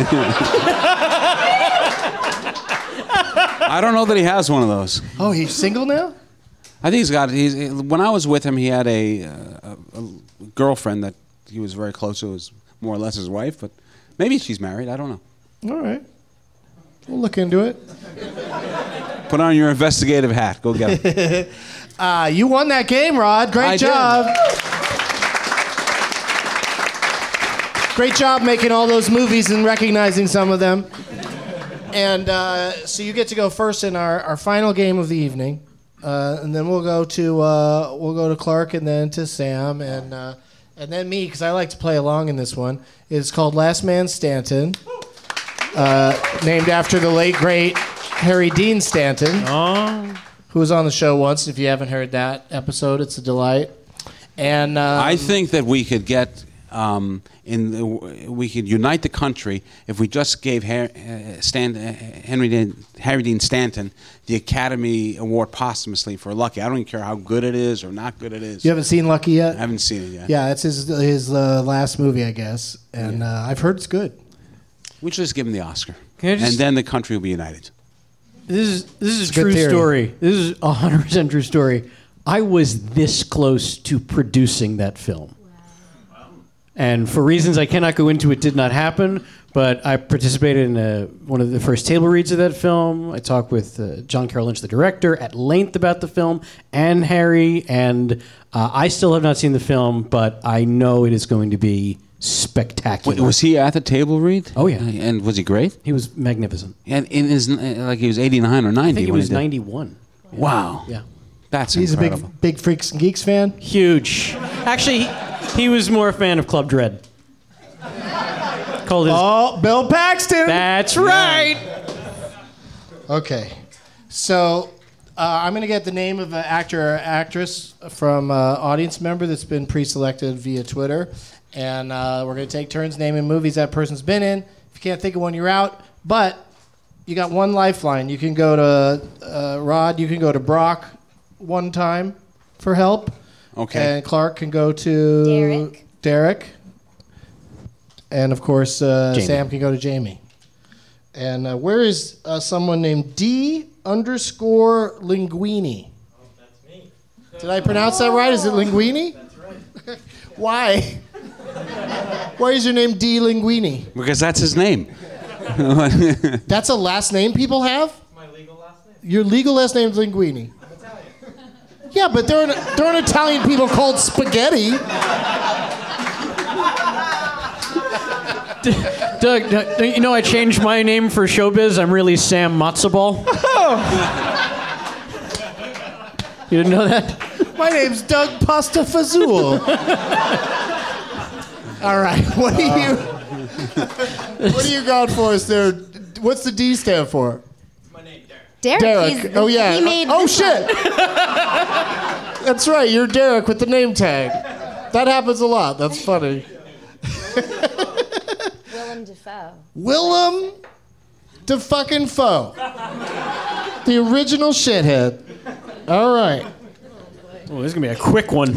I don't know that he has one of those. Oh, he's single now. I think he's got. He's when I was with him, he had a, uh, a, a girlfriend that he was very close to. Was more or less his wife, but maybe she's married. I don't know. All right, we'll look into it. Put on your investigative hat. Go get it. Uh, you won that game, Rod. Great I did. job. Great job making all those movies and recognizing some of them. And uh, so you get to go first in our, our final game of the evening, uh, and then we'll go to uh, we'll go to Clark and then to Sam and uh, and then me because I like to play along in this one. It's called Last Man Stanton, uh, named after the late great Harry Dean Stanton Uh, who was on the show once. If you haven't heard that episode, it's a delight. And um, I think that we could get. Um, in the, we could unite the country if we just gave Her, uh, Stan, uh, Henry Dean, Harry Dean Stanton the Academy Award posthumously for Lucky. I don't even care how good it is or not good it is. you haven't seen Lucky I yet. haven't seen it yet. yeah, it's his his uh, last movie, I guess. And uh, I've heard it's good. We should just give him the Oscar. Can I just- and then the country will be united. This is this is It's a a good true theory. story. This is a hundred percent true story. I was this close to producing that film. And for reasons I cannot go into, it did not happen. But I participated in uh one of the first table reads of that film. I talked with uh, John Carroll Lynch, the director, at length about the film and Harry. And uh, I still have not seen the film, but I know it is going to be spectacular. Wait, was he at the table read? Oh yeah, and was he great? He was magnificent. And in his uh, like he was eighty nine or ninety. I think he when was did- 91. Wow. Yeah. That's He's a big- incredible. Big Freaks and Geeks fan? Huge. Actually, he, he was more a fan of Club Dread. Called his. Oh, Bill Paxton. That's right. Okay. So uh, I'm going to get the name of an actor or actress from uh, audience member that's been pre selected via Twitter. And uh, we're going to take turns naming movies that person's been in. If you can't think of one, you're out. But you got one lifeline. You can go to uh, Rod, you can go to Brock one time for help. Okay. And Clark can go to Derek. Derek. And of course, uh, Jamie. Sam can go to Jamie. And uh, where is uh, someone named D underscore Linguini? Did I pronounce that right? Is it Linguini? That's right. Why? Why is your name D Linguini? Because that's his name. That's a last name people have? My legal last name. Your legal last name is Linguini. I'm Italian. Yeah, but there are, there are Italian people called spaghetti. Doug, Doug, don't you know I changed my name for showbiz? I'm really Sam Matzo You didn't know that? My name's Doug Pastafazool. All right, what do you what do you got for us there? What's the D stand for? Derek, Derek. he's- Oh yeah. he made oh this shit. That's right. You're Derek with the name tag. That happens a lot. That's funny. Willem Dafoe. Willem de fucking foe. The original shithead. All right. Oh, this is gonna be a quick one.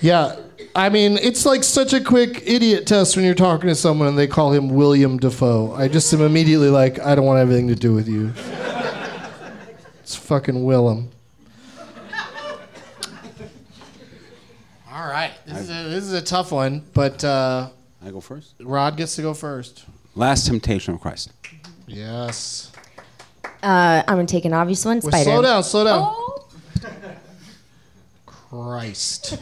Yeah. I mean, it's like such a quick idiot test when you're talking to someone and they call him William Defoe. I just am immediately like, I don't want anything to do with you. It's fucking Willem. All right. This is a, this is a tough one, but uh, I go first. Rod gets to go first. Last Temptation of Christ. Yes. Uh, I'm gonna take an obvious one. Well, Spider. slow down, slow down. Oh. Christ.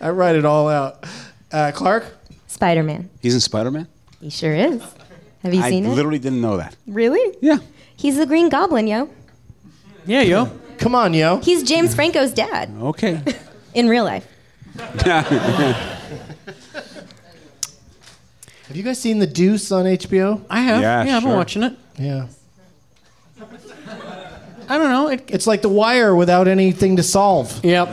I write it all out. Uh, Clark? Spider-Man. He's in Spider Man. He sure is. Have you I seen it? literally didn't know that. Really? Yeah. He's the Green Goblin, yo. Yeah, yo. Come on, yo. He's James Franco's dad Okay. in real life. Have you guys seen The Deuce on HBO? I have. Yeah, Yeah, I've been sure. watching it. Yeah. I don't know. It, It's like The Wire without anything to solve. yep.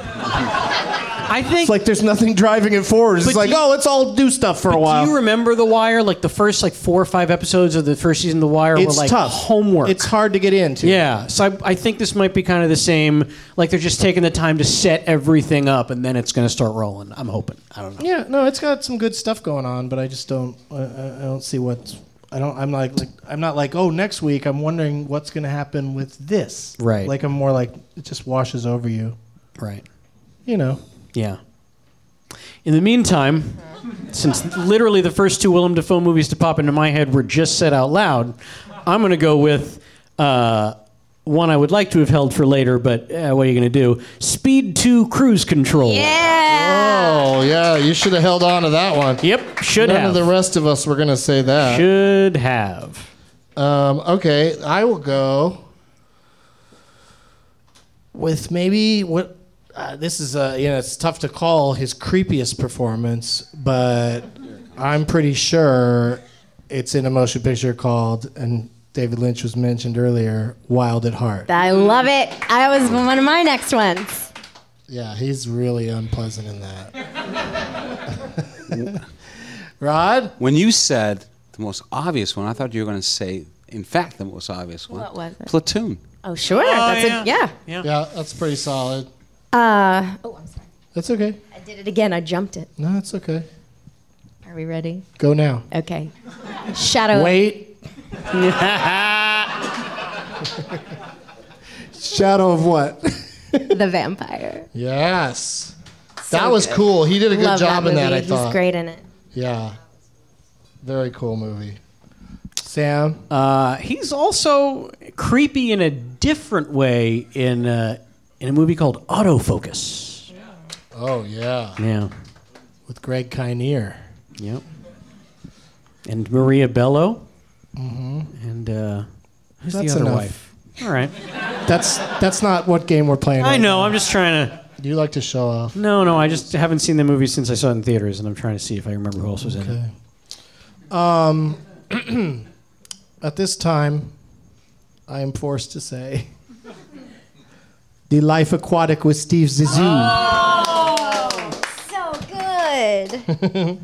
I think. It's like there's nothing driving it forward. It's But like, do you- oh, let's all do stuff for a while. Do you remember The Wire? Like the first like four or five episodes of the first season of The Wire it's were like tough. homework. It's hard to get into. Yeah, so I, I think this might be kind of the same. Like they're just taking the time to set everything up, and then it's going to start rolling. I'm hoping. I don't know. Yeah. No, it's got some good stuff going on, but I just don't. I, I I don't see what's. I don't. I'm like, like. I'm not like. Oh, next week. I'm wondering what's going to happen with this. Right. Like I'm more like it just washes over you. Right. You know. Yeah. In the meantime, since literally the first two Willem Dafoe movies to pop into my head were just said out loud, I'm going to go with uh, one I would like to have held for later, but uh, what are you going to do? Speed 2 Cruise Control. Yeah. Oh yeah, you should have held on to that one. Yep, should None have. Uh. of the rest of us were going to say that. should have. Um, okay, I will go with maybe what uh, this is. Uh, you know, it's tough to call his creepiest performance, but I'm pretty sure it's in a motion picture called and. David Lynch was mentioned earlier. Wild at Heart. I love it. I was one of my next ones. Yeah, he's really unpleasant in that. Rod, When you said the most obvious one, I thought you were going to say, in fact, the most obvious one. What was it? Platoon. Oh, sure. That's a yeah. yeah, that's pretty solid. Uh, oh, I'm sorry. That's okay. I did it again. I jumped it. No, it's okay. Are we ready? Go now. Okay. Shadow. Wait. Shadow of what? of the vampire. Yes. that was cool. He did a good Love job in that. movie. I He's thought. great in it. Yeah. Very cool movie. Sam? Uh, he's also creepy in a different way in uh, in a movie called Autofocus. Oh yeah. Yeah. With Greg Kinnear. Yep. And Maria Bello. Mm-hmm. And uh, who's That's the other enough. wife? All right. That's that's not what game we're playing. I right know. I'm just trying to. You like to show off. No, no. I just haven't seen the movie since I saw it in theaters, and I'm trying to see if I remember who else was in it. Um, at this time, I am forced to say The Life Aquatic with Steve Uh, Zissou. So good.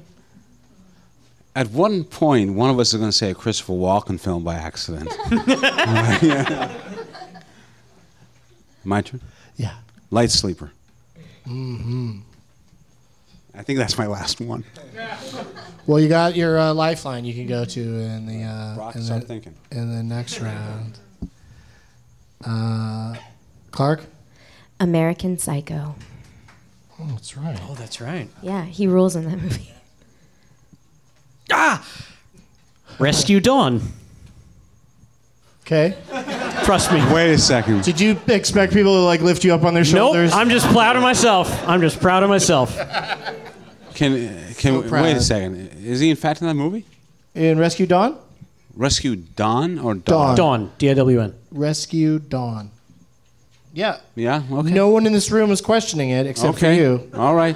At one point, one of us is going to say a Christopher Walken film by accident. My turn? Yeah. Light Sleeper. hmm I think that's my last one. Well, you got your uh, lifeline you can go to in the, uh, in, the start thinking. in the next round. Uh, Clark? American Psycho. Oh, that's right. Oh, that's right. Yeah, he rules in that movie. Ah! Rescue Dawn. Okay. Trust me. Wait a second. Did you expect people to like lift you up on their Nope. shoulders? I'm just proud of myself. I'm just proud of myself. Can, can proud. wait a second. Is he in fact in that movie? In Rescue Dawn? Rescue Don or Dawn. Don? Dawn. D I W N. Rescue Dawn. Yeah. Yeah. Okay. No one in this room is questioning it except okay. for you. All right.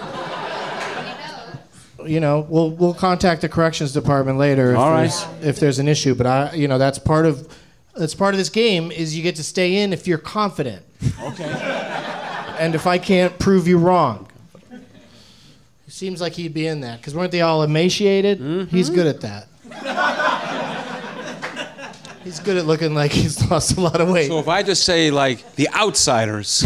You know, we'll we'll contact the corrections department later if, All right. there's, if there's an issue. But I, you know, that's part of that's part of this game is you get to stay in if you're confident. Okay. and if I can't prove you wrong. It seems like he'd be in that because weren't they all emaciated? Mm-hmm. He's good at that. he's good at looking like he's lost a lot of weight. So if I just say like the outsiders,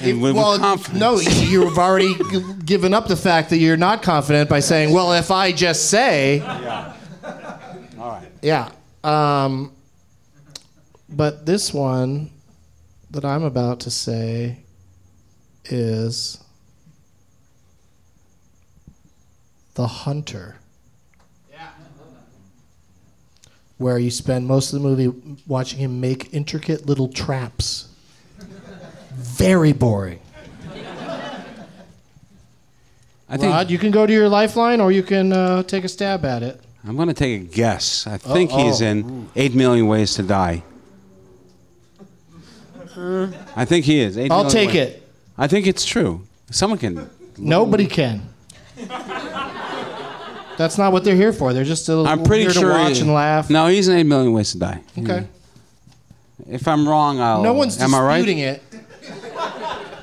and with, well, with confidence. no, you've already g- given up the fact that you're not confident by saying, "Well, if I just say." All right. Yeah. Um, but this one that I'm about to say is The Hunter. Where you spend most of the movie watching him make intricate little traps. Very boring. I think Rod, you can go to your lifeline or you can uh, take a stab at it. I'm going to take a guess. I think Uh-oh. he's in Eight Million Ways to Die. I think he is. Eight I'll Million take Ways- it. I think it's true. Someone can. Nobody can. That's not what they're here for. They're just a I'm pretty here sure. to watch he- and laugh. No, he's in Eight Million Ways to Die. Okay. If I'm wrong, I'll. No one's Oh, am I right? disputing it.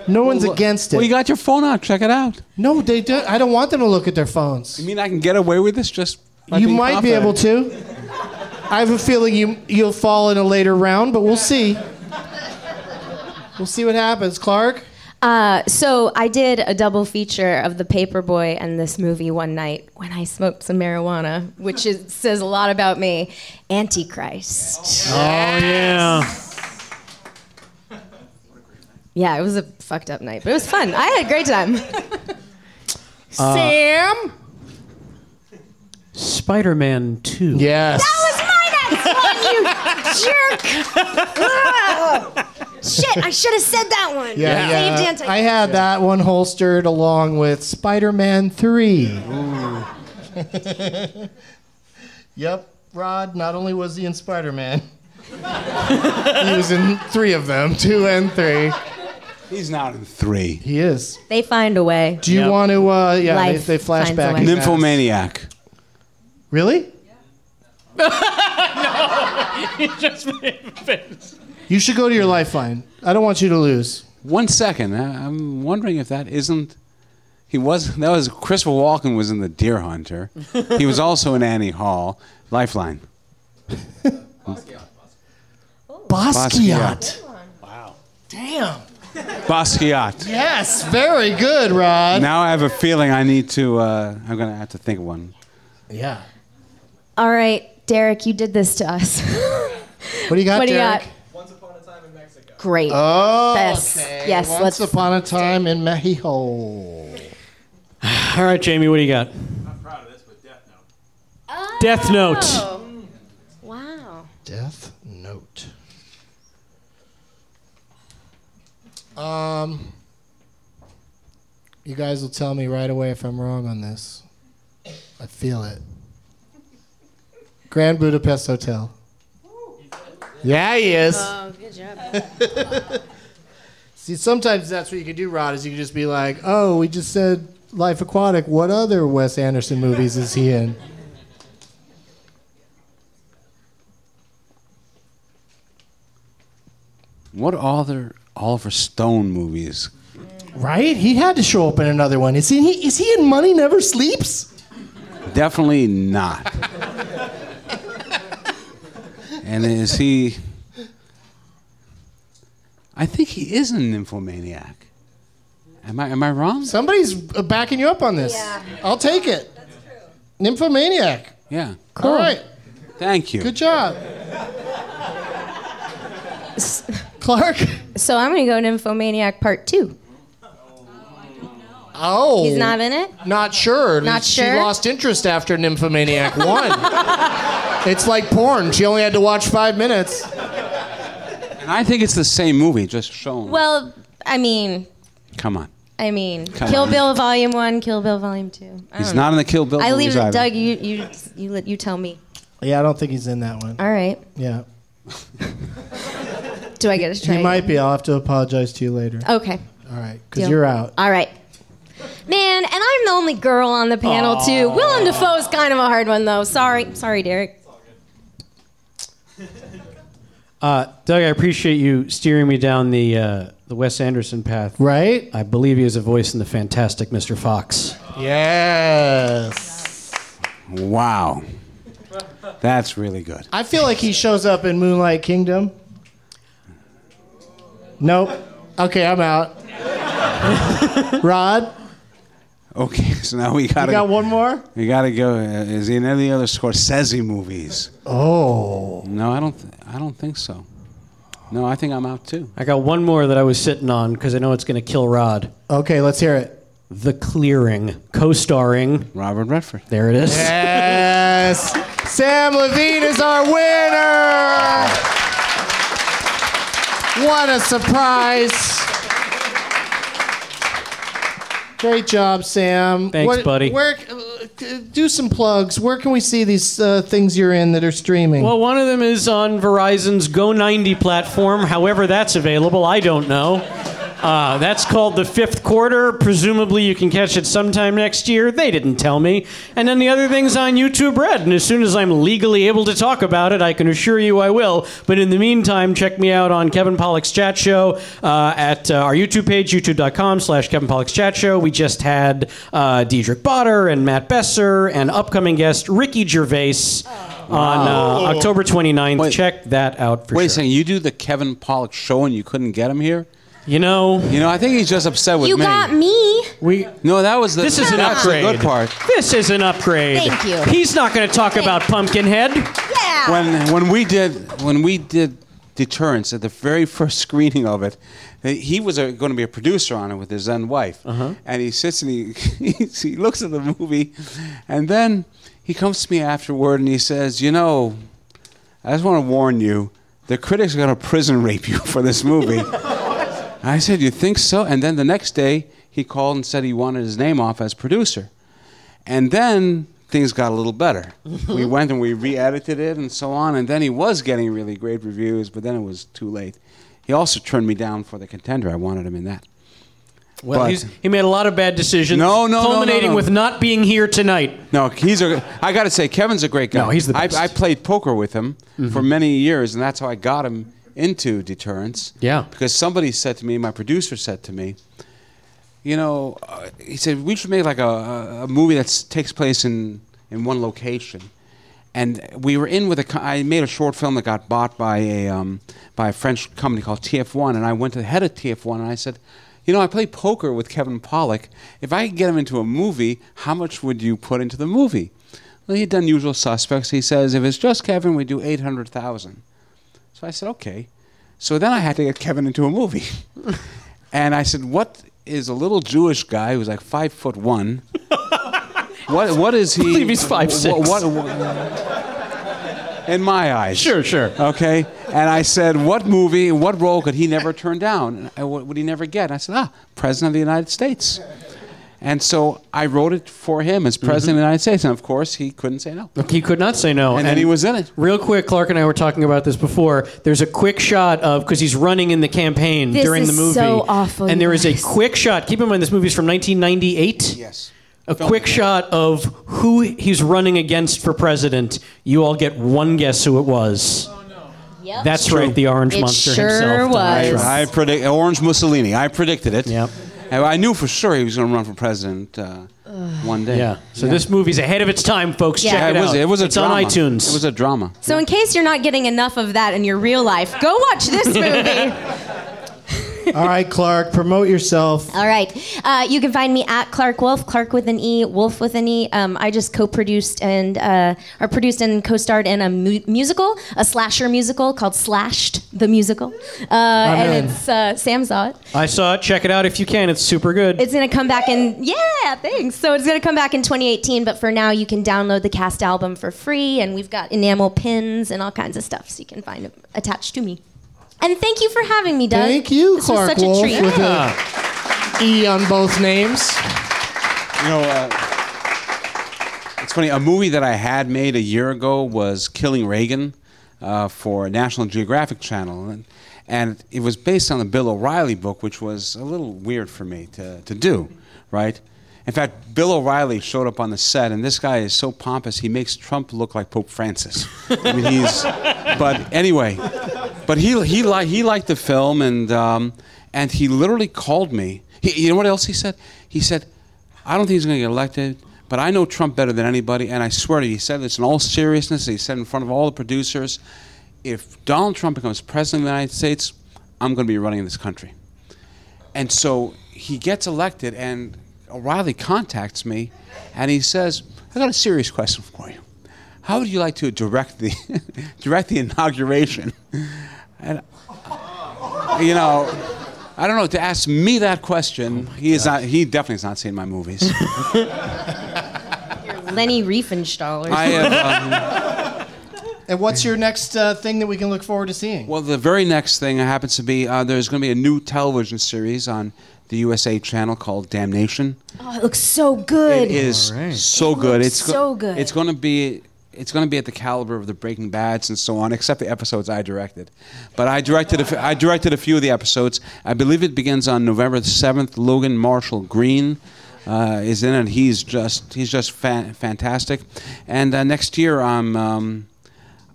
No one's against it. Well, you got your phone out. Check it out. no, they do. I don't want them to look at their phones. You mean I can get away with this? Just by you being might be able confident? to. I have a feeling you you'll fall in a later round, but we'll see. We'll see what happens, Clark. Uh, so I did a double feature of The Paperboy and this movie one night when I smoked some marijuana, which is, says a lot about me. Antichrist. Oh yeah. Yeah, it was a fucked up night, but it was fun. I had a great time. Sam? Spider-Man Two. Yes. That was my next one, you jerk. Ugh. Shit, I should have said that one. Yeah, I saved yeah. Anti- I had that one holstered along with Spider-Man Three. yep, Rod. Not only was he in Spider-Man, he was in three of them, two and three. He's not in three. He is. They find a way. Do you want to? Uh, yeah, they, Life they finds a flashback. way. Nymphomaniac. Really? You should go to your lifeline. I don't want you to lose. One second. I- I'm wondering if that isn't. He was. That was Christopher Walken was in The Deer Hunter. he was also in Annie Hall. Lifeline. Basquiat. Damn. Basquiat. Yes, very good, Rod. Now I have a feeling I need to. Uh, I'm gonna have to think of one. Yeah. All right, Derek, you did this to us. What do you got, what do you Derek? got? Great. Oh, Best. okay. Yes, Once let's- upon a time in Mexico. All right, Jamie, what do you got? I'm proud of this, but Death Note. Death Note. Wow. Death Note. Um, you guys will tell me right away if I'm wrong on this. I feel it. Grand Budapest Hotel. Yeah, he is. Oh, good job. See, sometimes that's what you can do, Rod, is you can just be like, oh, we just said Life Aquatic. What other Wes Anderson movies is he in? What other Oliver Stone movies? Right? He had to show up in another one. Is he, is he in Money Never Sleeps? Definitely not. and is he? I think he is an nymphomaniac. Am I? Am I wrong? Somebody's uh, backing you up on this. I'll take it. Nymphomaniac. Yeah. All right. Thank you. Good job. Clark? So I'm gonna go Nymphomaniac Part Two. Oh. He's not in it. Not sure. Not she sure? lost interest after Nymphomaniac 1. it's like porn. She only had to watch five minutes. And I think it's the same movie, just shown. Well, I mean, Come on. I mean, Come Kill on. Bill Volume One, Kill Bill Volume Two. I He's don't know. not in the Kill Bill I leave movies it, either. Doug. You you you let you tell me. Yeah, I don't think he's in that one. All right. Yeah. Do I get a try? He might be. I'll have to apologize to you later. Okay. All right. Because Uh, Deal. you're out. All right. Man, and I'm the only girl on the panel too. Willem Dafoe is kind of a hard one though. Sorry, sorry, Derek. Uh, Doug, I appreciate you steering me down the uh, the Wes Anderson path. Right. I believe he has a voice in the fantastic Mr. Fox. Yes. Wow. That's really good. I feel like he shows up in Moonlight Kingdom. Nope. Okay, I'm out. Rod, Okay, so now we gotta you got one more? we gotta go. uh, Is he in any other Scorsese movies? Oh. No, I don't. Th- I don't think so. No, I think I'm out too. I got one more that I was sitting on because I know it's going to kill Rod. Okay, let's hear it. The Clearing, co-starring Robert Redford. There it is. Yes. Sam Levine is our winner. What a surprise. Great job, Sam. Thanks, What- buddy. Where, uh, do some plugs. Where can we see these uh, things you're in that are streaming? Well, one of them is on Verizon's Go90 platform. However, that's available, I don't know. Uh, that's called the fifth quarter. Presumably, you can catch it sometime next year. They didn't tell me. And then the other thing's on YouTube Red. And as soon as I'm legally able to talk about it, I can assure you I will. But in the meantime, check me out on Kevin Pollock's Chat Show uh, at uh, our YouTube page, youtube.com slash Kevin Pollock's Chat Show. We just had uh, Diedrich Botter and Matt Besser and upcoming guest Ricky Gervais on uh, October 29th. Check that out for Oh. Wait a sure. second. You do the Kevin Pollock show and you couldn't get him here. You know, You know, I think he's just upset with You me. got me. we No, that was the. This is an that's upgrade. The good part. This is an upgrade. Thank you. He's not going to talk about Pumpkinhead. Yeah. When when we did when we did Deterrence at the very first screening of it, he was going to be a producer on it with his then wife, and he sits and he he looks at the movie, and then he comes to me afterward and he says, you know, I just want to warn you, the critics are going to prison rape you for this movie. I said, you think so? And then the next day he called and said he wanted his name off as producer. And then things got a little better. we went and we re edited it and so on. And then he was getting really great reviews, but then it was too late. He also turned me down for the contender. I wanted him in that. Well, But- he's, he made a lot of bad decisions. No, no, no, no, culminating no. with not being here tonight. No, he's a. I got to say, Kevin's a great guy. No, he's the best. Mm-hmm. I, I played poker with him for many years, and that's how I got him into deterrence. Yeah. Because somebody said to me, my producer said to me, you know, uh, he said we should make like a- a, a movie that takes place in in one location. And we were in with a. co- I made a short film that got bought by a um, by a French company called TF1, and I went to the head of TF1 and I said, you know, I play poker with Kevin Pollock. If I could get him into a movie, how much would you put into the movie? Well, he'd done Usual Suspects. He says, if it's just Kevin, we do eight hundred thousand. So I said, okay. So then I had to get Kevin into a movie. and I said, what is a little Jewish guy who's like five foot one What what is he? believe he's 5'6". What, what- in my eyes. Sure, sure. Okay. And I said, what movie, what role could he never turn down? And I- What would he never get? And I said, ah, President of the United States. And so I wrote it for him as President of the United States. And of course, he couldn't say no. He could not say no. And then he was in it. Real quick, Clark and I were talking about this before. There's a quick shot of because he's running in the campaign This during the is movie. so awful, And you there is a quick shot. Keep in mind, this movie's from 1998. Yes. A quick shot of who he's running against for president. You all get one guess who it was. Yep. That's right, the orange Oh, It monster sure himself. Donald was. Trump. I predict Orange Mussolini. I predicted it. Yep. And I knew for sure he was going to run for president uh, one day. Yeah. So this movie's ahead of its time, folks. Yeah. Check it, it was, out. It was a it's drama. on iTunes. It was a drama. So, in case you're not getting enough of that in your real life, go watch this movie. All right, Clark, promote yourself. All right. Uh, you can find me at Clark Wolf, Clark with an E, Wolf with an E. Um, I just co-produced and uh, or produced and co-starred in a mu- musical, a slasher musical called Slashed the Musical, uh, in. and it's uh, Sam saw it. I saw it. Check it out if you can. It's super good. It's gonna come back in yeah, thanks. So it's gonna come back in 2018, but for now you can download the cast album for free, and we've got enamel pins and all kinds of stuff, so you can find it attached to me. And thank you for having me, Doug. Thank you, This Clark was such Wolf, a treat. with a E on both names. You know, uh, it's funny. A movie that I had made a year ago was Killing Reagan uh, for National Geographic Channel, and, and it was based on the Bill O'Reilly book, which was a little weird for me to, to do, right? In fact, Bill O'Reilly showed up on the set, and this guy is so pompous he makes Trump look like Pope Francis. I mean, he's. But anyway, but he he li- he liked the film, and um, and he literally called me. He, you know what else he said? He said, I don't think he's going to get elected, but I know Trump better than anybody, and I swear to you, he said this in all seriousness. He said in front of all the producers, if Donald Trump becomes president of the United States, I'm going to be running this country. And so he gets elected, and O'Reilly contacts me, and he says, I got a serious question for you. How would you like to direct the direct the inauguration? And you know, I don't know to ask me that question. he is not. He definitely has not seen my movies. Lenny Riefenstahl. Or I have, uh, And what's your next uh, thing that we can look forward to seeing? well, the very next thing happens to be uh, there's going to be a new television series on the USA channel called Damnation. Oh, it looks so good. It is so It good. looks It's go- so good. It's going to be. It's going to be at the caliber of the Breaking Bads and so on, except the episodes I directed. But I directed. A f- I directed a few of the episodes. I believe it begins on November seventh. Logan Marshall Green. Uh, is in it. He's just he's just fan- fantastic, and uh, next year I'm um,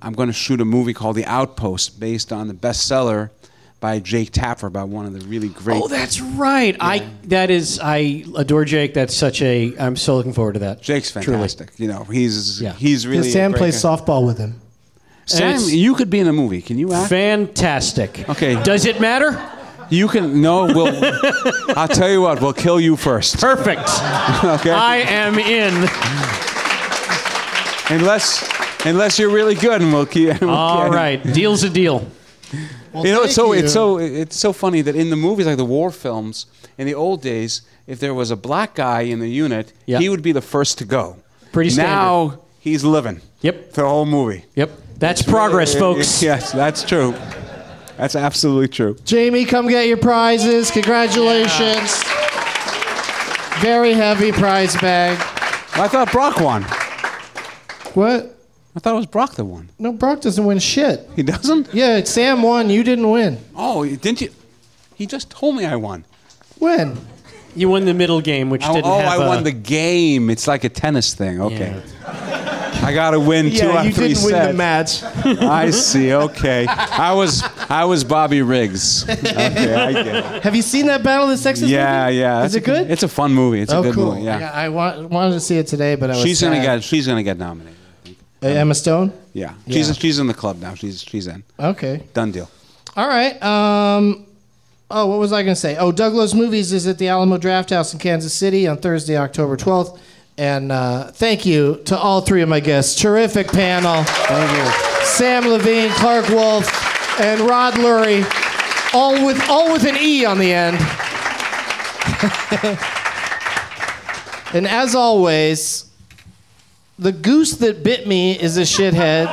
I'm going to shoot a movie called The Outpost, based on the bestseller by Jake Tapper, by one of the really great. Oh, that's right. I that is I adore Jake. That's such a I'm so looking forward to that. Jake's Truly. fantastic. You know, he's Yeah. he's really. a Sam great plays guy. softball with him. Sam, It's- you could be in a movie. Can you act? Fantastic. Okay. Does it matter? You can. No, we'll. I'll tell you what. We'll kill you first. Perfect. Okay. I am in. unless, unless you're really good, and we'll keep. We'll All keep- right. Deal's a deal. you know, it's thank so you. it's so it's so funny that in the movies, like the war films, in the old days, if there was a black guy in the unit, Yeah. he would be the first to go. Pretty standard. Now he's living. Yep. The whole movie. Yep. That's progress, folks. Yes, that's true. That's absolutely true. Jamie, come get your prizes. Congratulations. Very heavy prize bag. I thought Brock won. What? I thought it was Brock that won. No, Brock doesn't win shit. He doesn't. Yeah, Sam won. You didn't win. Oh, didn't you? He just told me I won. When? You won the middle game, which Oh, didn't oh, have I a- won the game. It's like a tennis thing. Okay. I got to win two yeah, out you of three didn't win the match. sets. I see. Okay. I was I was Bobby Riggs. Okay, I get it. Have you seen that Battle of the Sexes? Yeah, movie? yeah. Is That's it a- good? It's a fun movie. It's a oh, good cool. movie. Yeah. I wa- wanted to see it today, but I was. She's gonna sad. get she's gonna get nominated. Uh, Emma Stone. Yeah. She's Yeah. she's in the club now. She's she's in. Okay. Done deal. All right. Um, oh, what was I going to say? Oh, Douglas Movies is at the Alamo Draft House in Kansas City on Thursday, October 12th. And uh, thank you to all three of my guests. Terrific panel. Thank you. Sam Levine, Clark Wolf, and Rod Lurie, all with all with an E on the end. and as always, the goose that bit me is a shithead.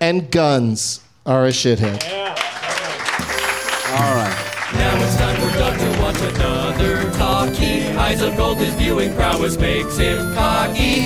and guns are a shithead. All right. Now it's time for Doug to watch another talkie. Eyes of gold, his viewing prowess makes him cocky.